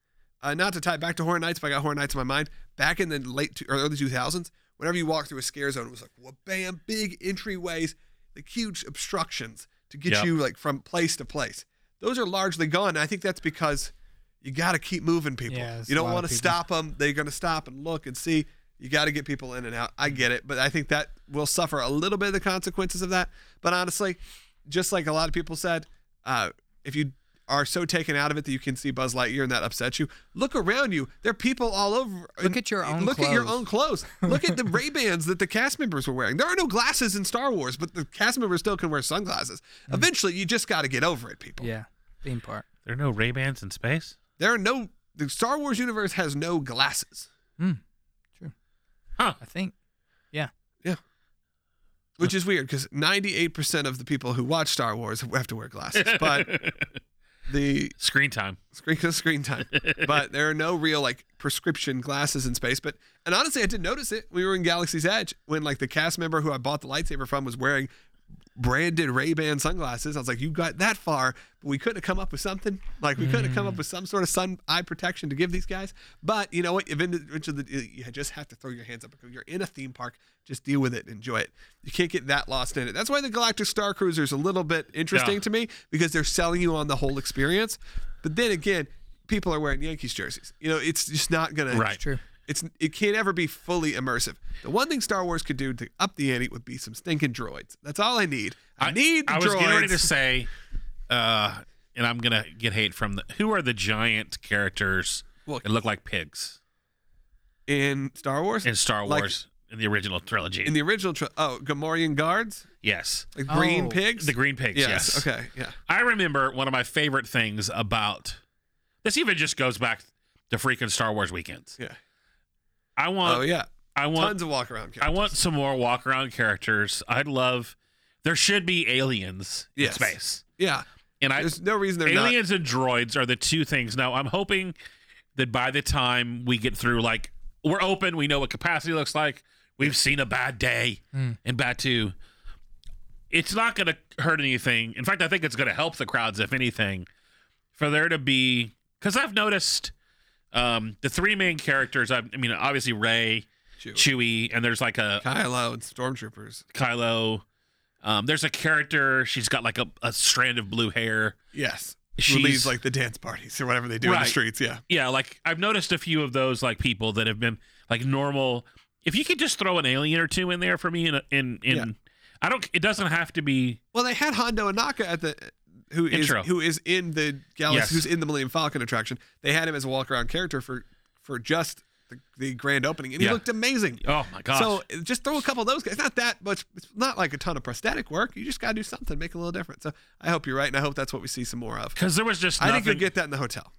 Speaker 1: Uh, not to tie it back to Horror Nights, but I got Horror Nights in my mind. Back in the late two, or early 2000s, whenever you walk through a scare zone, it was like, well, bam, big entryways, like huge obstructions to get
Speaker 2: Yeah.
Speaker 1: you like from place to place. Those are largely gone. And I think that's because you got to keep moving people.
Speaker 5: Yeah, it's
Speaker 1: you
Speaker 5: a
Speaker 1: don't
Speaker 5: lot of
Speaker 1: want to
Speaker 5: people.
Speaker 1: stop them. They're going to stop and look and see. You got to get people in and out. I get it, but I think that will suffer a little bit of the consequences of that. But honestly, just like a lot of people said, uh, if you are so taken out of it that you can see Buzz Lightyear and that upsets you. Look around you. There are people all over.
Speaker 5: Look at your own
Speaker 1: Look at your
Speaker 5: clothes.
Speaker 1: own clothes. Look at the Ray Bans that the cast members were wearing. There are no glasses in Star Wars, but the cast members still can wear sunglasses. Eventually, you just got to get over it, people.
Speaker 5: Mm. Yeah, theme park.
Speaker 2: There are no Ray Bans in space?
Speaker 1: There are no. The Star Wars universe has no glasses,
Speaker 2: Huh.
Speaker 5: I think. Yeah.
Speaker 1: which is weird because 98% of the people who watch Star Wars have to wear glasses. But the
Speaker 2: Screen time.
Speaker 1: screen 'cause screen time. but there are no real like prescription glasses in space. But and honestly, I didn't notice it. We were in Galaxy's Edge when like the cast member who I bought the lightsaber from was wearing branded Ray Ban sunglasses. I was like, you got that far, but we couldn't have come up with something. Like we couldn't have come up with some sort of sun eye protection to give these guys. But you know what? Even- Eventually, you just have to throw your hands up because you're in a theme park. Just deal with it, and enjoy it. You can't get that lost in it. That's why the Galactic Star Cruiser is a little bit interesting
Speaker 2: Yeah.
Speaker 1: to me because they're selling you on the whole experience. But then again, people are wearing Yankees jerseys. You know, it's just not gonna
Speaker 2: Right.
Speaker 5: True.
Speaker 1: it's it can't ever be fully immersive. The one thing Star Wars could do to up the ante would be some stinking droids. That's all I need. I, need the
Speaker 2: I was
Speaker 1: droids.
Speaker 2: getting ready to say, uh, and I'm gonna get hate from the who are the giant characters
Speaker 1: Well,
Speaker 2: that look like pigs
Speaker 1: in Star Wars,
Speaker 2: in Star
Speaker 1: Like-
Speaker 2: Wars in the original trilogy.
Speaker 1: in the original, tri- oh, Gamorrean guards,
Speaker 2: yes,
Speaker 1: like green
Speaker 5: Oh.
Speaker 1: pigs.
Speaker 2: the green pigs. Yes.
Speaker 1: yes. Okay. Yeah.
Speaker 2: I remember one of my favorite things about this. Even just goes back to freaking Star Wars weekends.
Speaker 1: Yeah.
Speaker 2: I want.
Speaker 1: oh yeah.
Speaker 2: I want.
Speaker 1: Tons of walk around.
Speaker 2: I want some more walk around characters. I'd love. There should be aliens
Speaker 1: Yes.
Speaker 2: in space,
Speaker 1: Yeah.
Speaker 2: and I
Speaker 1: There's no reason they're not.
Speaker 2: aliens and droids are the two things. Now I'm hoping that by the time we get through, like we're open, we know what capacity looks like. We've seen a bad day in Batu. It's not going to hurt anything. In fact, I think it's going to help the crowds, if anything, for there to be. Because I've noticed um, the three main characters. I've, I mean, obviously Ray,
Speaker 1: Chewie.
Speaker 2: Chewie, and there's like a
Speaker 1: Kylo and stormtroopers.
Speaker 2: Kylo. Um, there's a character. She's got like a, a strand of blue hair.
Speaker 1: Yes. She
Speaker 2: She's-
Speaker 1: leads like the dance parties or whatever they do in
Speaker 2: Right.
Speaker 1: the streets. Yeah.
Speaker 2: yeah, like I've noticed a few of those like people that have been like normal. If you could just throw an alien or two in there for me, in in in,
Speaker 1: Yeah.
Speaker 2: I don't. It doesn't have to be
Speaker 1: Well, they had Hondo Anaka at the who is
Speaker 2: Intro.
Speaker 1: who is in the galaxy
Speaker 2: Yes.
Speaker 1: who's in the Millennium Falcon attraction. They had him as a walk around character for for just the, the grand opening, and he
Speaker 2: Yeah.
Speaker 1: looked amazing.
Speaker 2: Oh my gosh!
Speaker 1: So just throw a couple of those guys. Not that much. It's not like a ton of prosthetic work. You just gotta do something, make it a little different. So I hope you're right, and I hope that's what we see some more of.
Speaker 2: because there was just
Speaker 1: I
Speaker 2: nothing.
Speaker 1: think you'll get that in the hotel.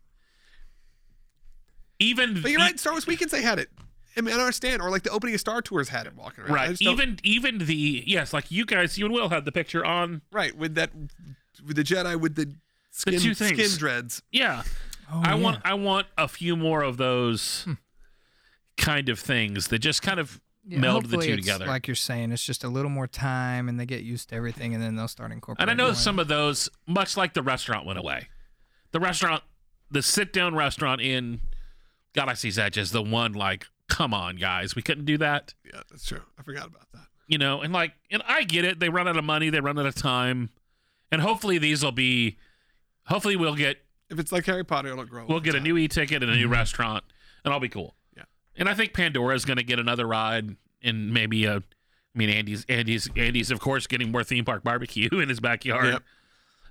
Speaker 2: even
Speaker 1: But you're right. Star Wars weekends they had it. I mean, I don't understand. Or like the opening of Star Tours had it walking around. I
Speaker 2: right.
Speaker 1: just don't-
Speaker 2: Even even the yes, like you guys, you and Will had the picture on.
Speaker 1: right with that with the Jedi with the skin
Speaker 2: two things.
Speaker 1: skin dreads.
Speaker 2: Yeah,
Speaker 5: Oh,
Speaker 2: I
Speaker 5: yeah.
Speaker 2: want I want a few more of those
Speaker 1: Hmm.
Speaker 2: kind of things that just kind of
Speaker 5: Yeah,
Speaker 2: meld the
Speaker 5: hopefully
Speaker 2: two
Speaker 5: it's
Speaker 2: together.
Speaker 5: Like you're saying, it's just a little more time, and they get used to everything, and then they'll start
Speaker 2: And
Speaker 5: incorporating.
Speaker 2: I know
Speaker 5: more.
Speaker 2: some of those, much like the restaurant went away. The restaurant, the sit down restaurant in Galaxy's Edge is the one like, come on, guys, we couldn't do that.
Speaker 1: Yeah, that's true. I forgot about that.
Speaker 2: You know, and like, and I get it. They run out of money, they run out of time. And hopefully these will be, hopefully we'll get,
Speaker 1: If it's like Harry Potter, it'll grow.
Speaker 2: we'll
Speaker 1: over
Speaker 2: get a
Speaker 1: time.
Speaker 2: new e ticket and a new restaurant, and I'll be cool.
Speaker 1: Yeah.
Speaker 2: And I think Pandora's going to get another ride and maybe a, I mean, Andy's, Andy's, Andy's, of course, getting more theme park barbecue in his backyard.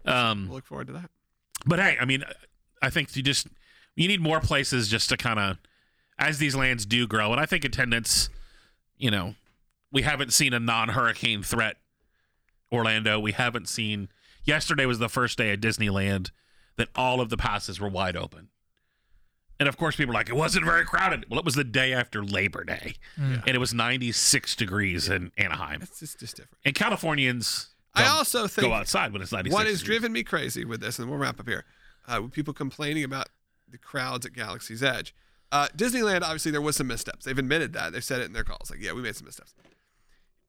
Speaker 2: Um,
Speaker 1: We'll look forward to that.
Speaker 2: But hey, I mean, I think you just you need more places just to kind of as these lands do grow, and I think attendance, you know, we haven't seen a non-hurricane threat Orlando. We haven't seen. Yesterday was the first day at Disneyland that all of the passes were wide open. And of course, people are like, it wasn't very crowded. Well, it was the day after Labor Day,
Speaker 1: Mm.
Speaker 2: and it was 96 degrees in Anaheim.
Speaker 1: It's just, just different.
Speaker 2: And Californians
Speaker 1: I
Speaker 2: don't
Speaker 1: also
Speaker 2: go
Speaker 1: think
Speaker 2: outside when it's 96.
Speaker 1: what has
Speaker 2: degrees.
Speaker 1: driven me crazy with this, and we'll wrap up here, uh, with people complaining about the crowds at Galaxy's Edge. Uh, Disneyland, obviously, there was some missteps. They've admitted that. They said it in their calls. Like, yeah, we made some missteps.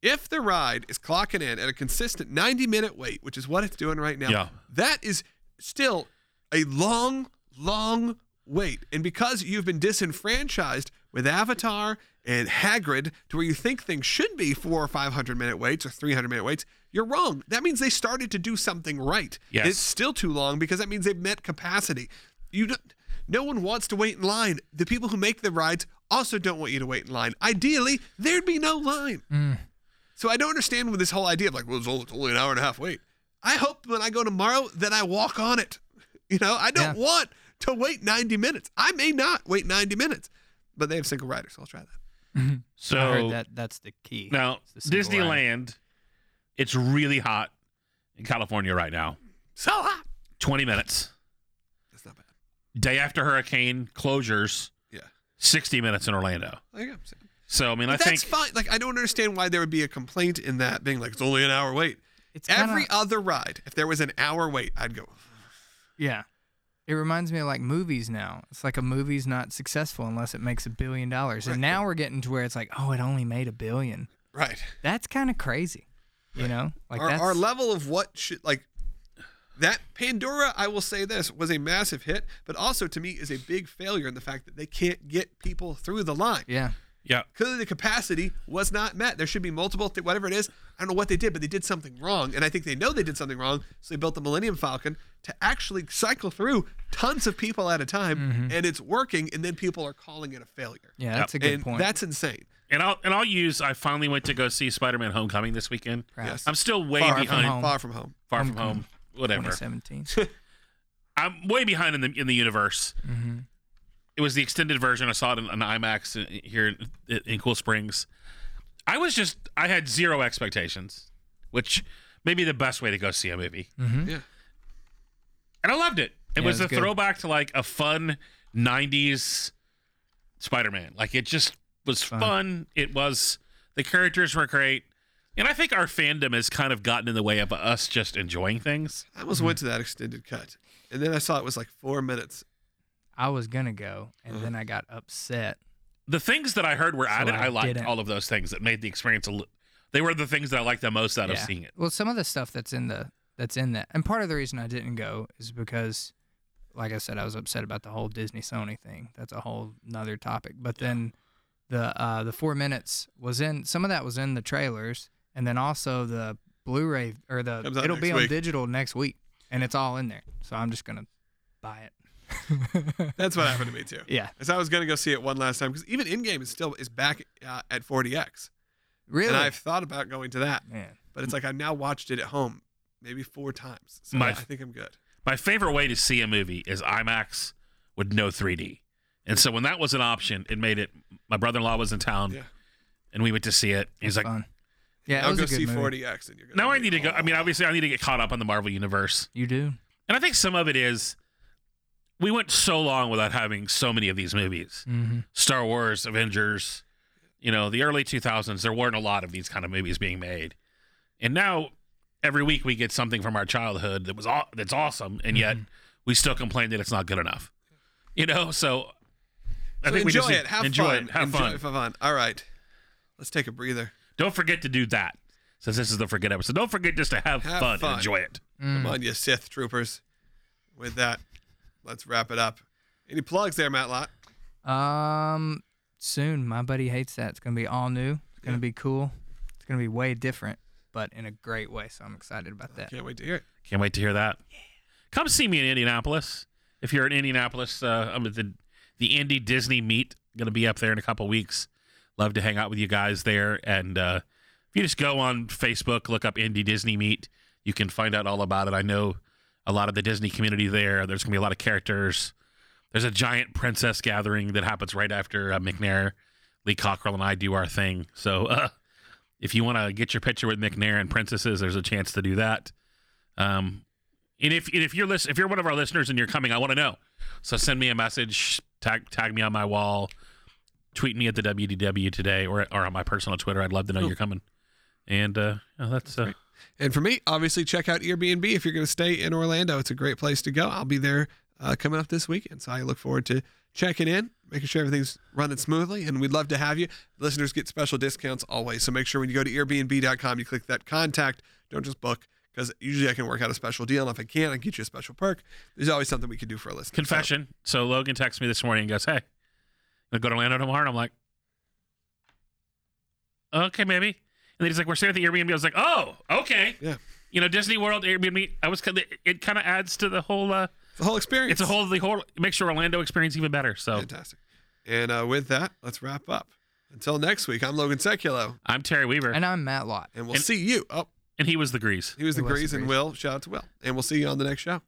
Speaker 1: If the ride is clocking in at a consistent 90 minute wait, which is what it's doing right now,
Speaker 2: Yeah.
Speaker 1: that is still a long, long wait. And because you've been disenfranchised with Avatar and Hagrid to where you think things should be four or 500 minute waits or 300 minute waits, you're wrong. That means they started to do something right.
Speaker 2: Yes.
Speaker 1: It's still too long because that means they've met capacity. You don't, no one wants to wait in line. The people who make the rides also don't want you to wait in line. Ideally, there'd be no line.
Speaker 2: Mm.
Speaker 1: So I don't understand with this whole idea of like, well, it's only it's only an hour and a half wait. I hope when I go tomorrow that I walk on it. You know, I don't
Speaker 5: Yeah.
Speaker 1: want to wait 90 minutes. I may not wait 90 minutes, but they have single rider, so I'll try that.
Speaker 2: So
Speaker 5: I heard that that's the key.
Speaker 2: now
Speaker 5: It's the single
Speaker 2: Disneyland, it's really hot in California right now.
Speaker 1: So hot.
Speaker 2: Twenty minutes.
Speaker 1: That's not bad.
Speaker 2: Day after hurricane closures,
Speaker 1: Yeah.
Speaker 2: sixty minutes in Orlando.
Speaker 1: There you go. So-
Speaker 2: So I mean, I
Speaker 1: But
Speaker 2: think
Speaker 1: that's fine. Like, I don't understand why there would be a complaint in that being like, it's only an hour wait.
Speaker 5: It's
Speaker 1: Every
Speaker 5: kinda-
Speaker 1: other ride, if there was an hour wait, I'd go,
Speaker 5: yeah. It reminds me of like movies now. It's like a movie's not successful unless it makes a billion dollars.
Speaker 1: Right.
Speaker 5: And now we're getting to where it's like, oh, it only made a billion.
Speaker 1: right.
Speaker 5: That's kind of crazy. You know, like
Speaker 1: our,
Speaker 5: that's
Speaker 1: our level of what should like that Pandora, I will say this, was a massive hit, but also to me is a big failure in the fact that they can't get people through the line.
Speaker 5: yeah.
Speaker 2: yeah.
Speaker 1: Clearly, the capacity was not met. There should be multiple, th- whatever it is. I don't know what they did, but they did something wrong. And I think they know they did something wrong. So they built the Millennium Falcon to actually cycle through tons of people at a time. And it's working. And then people are calling it a failure.
Speaker 5: Mm-hmm. Yeah, that's a good
Speaker 1: and
Speaker 5: point.
Speaker 1: that's insane.
Speaker 2: And I'll and I'll use. I finally went to go see Spider-Man: Homecoming this weekend.
Speaker 5: Proud.
Speaker 1: Yes.
Speaker 2: I'm still way
Speaker 5: Far from
Speaker 2: behind.
Speaker 5: home.
Speaker 1: Far from home.
Speaker 2: Far from
Speaker 5: Homecoming.
Speaker 2: home. Whatever.
Speaker 5: 2017.
Speaker 2: I'm way behind in the in the universe.
Speaker 5: Mm-hmm.
Speaker 2: It was the extended version. I saw it in an IMAX in- here in, in Cool Springs. I was just I had zero expectations, which may be the best way to go see a movie.
Speaker 1: Yeah.
Speaker 2: And I loved it. It
Speaker 5: Mm. Yeah,
Speaker 2: was
Speaker 5: it was
Speaker 2: a
Speaker 5: good.
Speaker 2: throwback to like a fun '90s Spider-Man. Like it just was fun. It was the characters were great, and I think our fandom has kind of gotten in the way of us just enjoying things.
Speaker 1: I almost went to that extended cut. And then I saw it was like four minutes.
Speaker 5: I was gonna go,
Speaker 2: Uh-huh.
Speaker 5: and then I got upset.
Speaker 2: the things that I heard were added.
Speaker 5: I
Speaker 2: I liked
Speaker 5: didn't.
Speaker 2: all of those things that made the experience. A li- they were the things that I liked the most out of seeing it.
Speaker 5: Well, some of the stuff that's in the that's in that, and part of the reason I didn't go is because, like I said, I was upset about the whole Disney Sony thing. That's a whole nother topic. But then the uh, the four minutes was in some of that was in the trailers, and then also the Blu-ray or the
Speaker 1: Comes out
Speaker 5: it'll be
Speaker 1: next
Speaker 5: on
Speaker 1: week.
Speaker 5: digital next week, and it's all in there. So I'm just gonna buy it.
Speaker 1: That's what happened to me too.
Speaker 5: yeah,
Speaker 1: As I was gonna go see it one last time because even in game is still is back uh, at 40x,
Speaker 5: really.
Speaker 1: and I've thought about going to that,
Speaker 5: Man,
Speaker 1: but it's like I now watched it at home maybe four times. So
Speaker 2: My-
Speaker 1: I think I'm good.
Speaker 2: My favorite way to see a movie is IMAX with no 3D. And so when that was an option, it made it. My brother-in-law was in town,
Speaker 1: Yeah.
Speaker 2: and we went to see it. He's like,
Speaker 5: fun. Yeah, it
Speaker 1: I'll
Speaker 5: was
Speaker 1: go
Speaker 5: a good
Speaker 1: see
Speaker 5: movie.
Speaker 1: 40x, and you're gonna
Speaker 2: "No, I
Speaker 1: be,
Speaker 2: need to go." I mean,
Speaker 1: "Oh."
Speaker 2: obviously, I need to get caught up on the Marvel universe,
Speaker 5: You do.
Speaker 2: and I think some of it is we went so long without having so many of these movies.
Speaker 5: Mm-hmm.
Speaker 2: Star Wars, Avengers, you know, the early 2000s, there weren't a lot of these kind of movies being made. And now every week we get something from our childhood that was aw- that's awesome
Speaker 1: Mm-hmm.
Speaker 2: and yet we still complain that it's not good enough. You know, so I
Speaker 1: So
Speaker 2: think we
Speaker 1: enjoy
Speaker 2: just need-
Speaker 1: it, have
Speaker 2: enjoy
Speaker 1: fun,
Speaker 2: it, have
Speaker 1: enjoy
Speaker 2: fun.
Speaker 1: it, have fun. All right, let's take a breather.
Speaker 2: Don't forget to do that. Since this is the forget episode, don't forget just to have,
Speaker 1: Have
Speaker 2: fun,
Speaker 1: fun.
Speaker 2: and enjoy it.
Speaker 1: Come on, you Sith troopers. With that, let's wrap it up. Any plugs there, Matlot?
Speaker 5: Um, soon. My buddy hates that. It's gonna be all new. It's gonna be cool. It's gonna be way different, but in a great way. So I'm excited about that.
Speaker 1: Can't wait to hear it.
Speaker 2: Can't wait to hear that. Come see me in Indianapolis. If you're in Indianapolis, uh, I'm at the the Indy Disney meet. Going to be up there in a couple weeks. Love to hang out with you guys there. And uh, if you just go on Facebook, look up Indy Disney meet, you can find out all about it. I know a lot of the Disney community there. There's going to be a lot of characters. There's a giant princess gathering that happens right after uh, McNair, Lee Cockrell, and I do our thing. So uh, if you want to get your picture with McNair and princesses, there's a chance to do that. Um, and if and if you're listen, if you're one of our listeners and you're coming, I want to know. So send me a message, tag tag me on my wall, tweet me at the WDW today, or or on my personal Twitter. I'd love to know you're coming. And uh, yeah, that's uh,
Speaker 1: And for me, obviously, check out Airbnb if you're going to stay in Orlando. It's a great place to go. I'll be there uh, coming up this weekend. So I look forward to checking in, making sure everything's running smoothly. And we'd love to have you. Listeners get special discounts always. So make sure when you go to Airbnb.com, you click that contact. Don't just book because usually I can work out a special deal. And if I can't, I can get you a special perk. There's always something we can do for a listener.
Speaker 2: confession. So Logan texts me this morning and goes, "Hey, I'm gonna go to Orlando tomorrow." And I'm like, "Okay, maybe." And then he's like, "We're staying at the Airbnb." I was like, "Oh, okay."
Speaker 1: Yeah.
Speaker 2: You know, Disney World Airbnb. I was kinda- it kind of adds to the whole.
Speaker 1: So
Speaker 2: Uh,
Speaker 1: it's the whole experience.
Speaker 2: it's a whole the whole it makes your Orlando experience even better. So
Speaker 1: fantastic. And uh, with that, let's wrap up. Until next week, I'm Logan Seculo,
Speaker 2: I'm Terry Weaver, and,
Speaker 5: And I'm Matt Lott.
Speaker 1: and we'll
Speaker 2: And-
Speaker 1: see you. Oh,
Speaker 2: he was the Grease.
Speaker 1: he was the
Speaker 5: He was the
Speaker 1: Grease and
Speaker 5: Grease.
Speaker 1: Will. Shout out to Will. And we'll see you on the next show.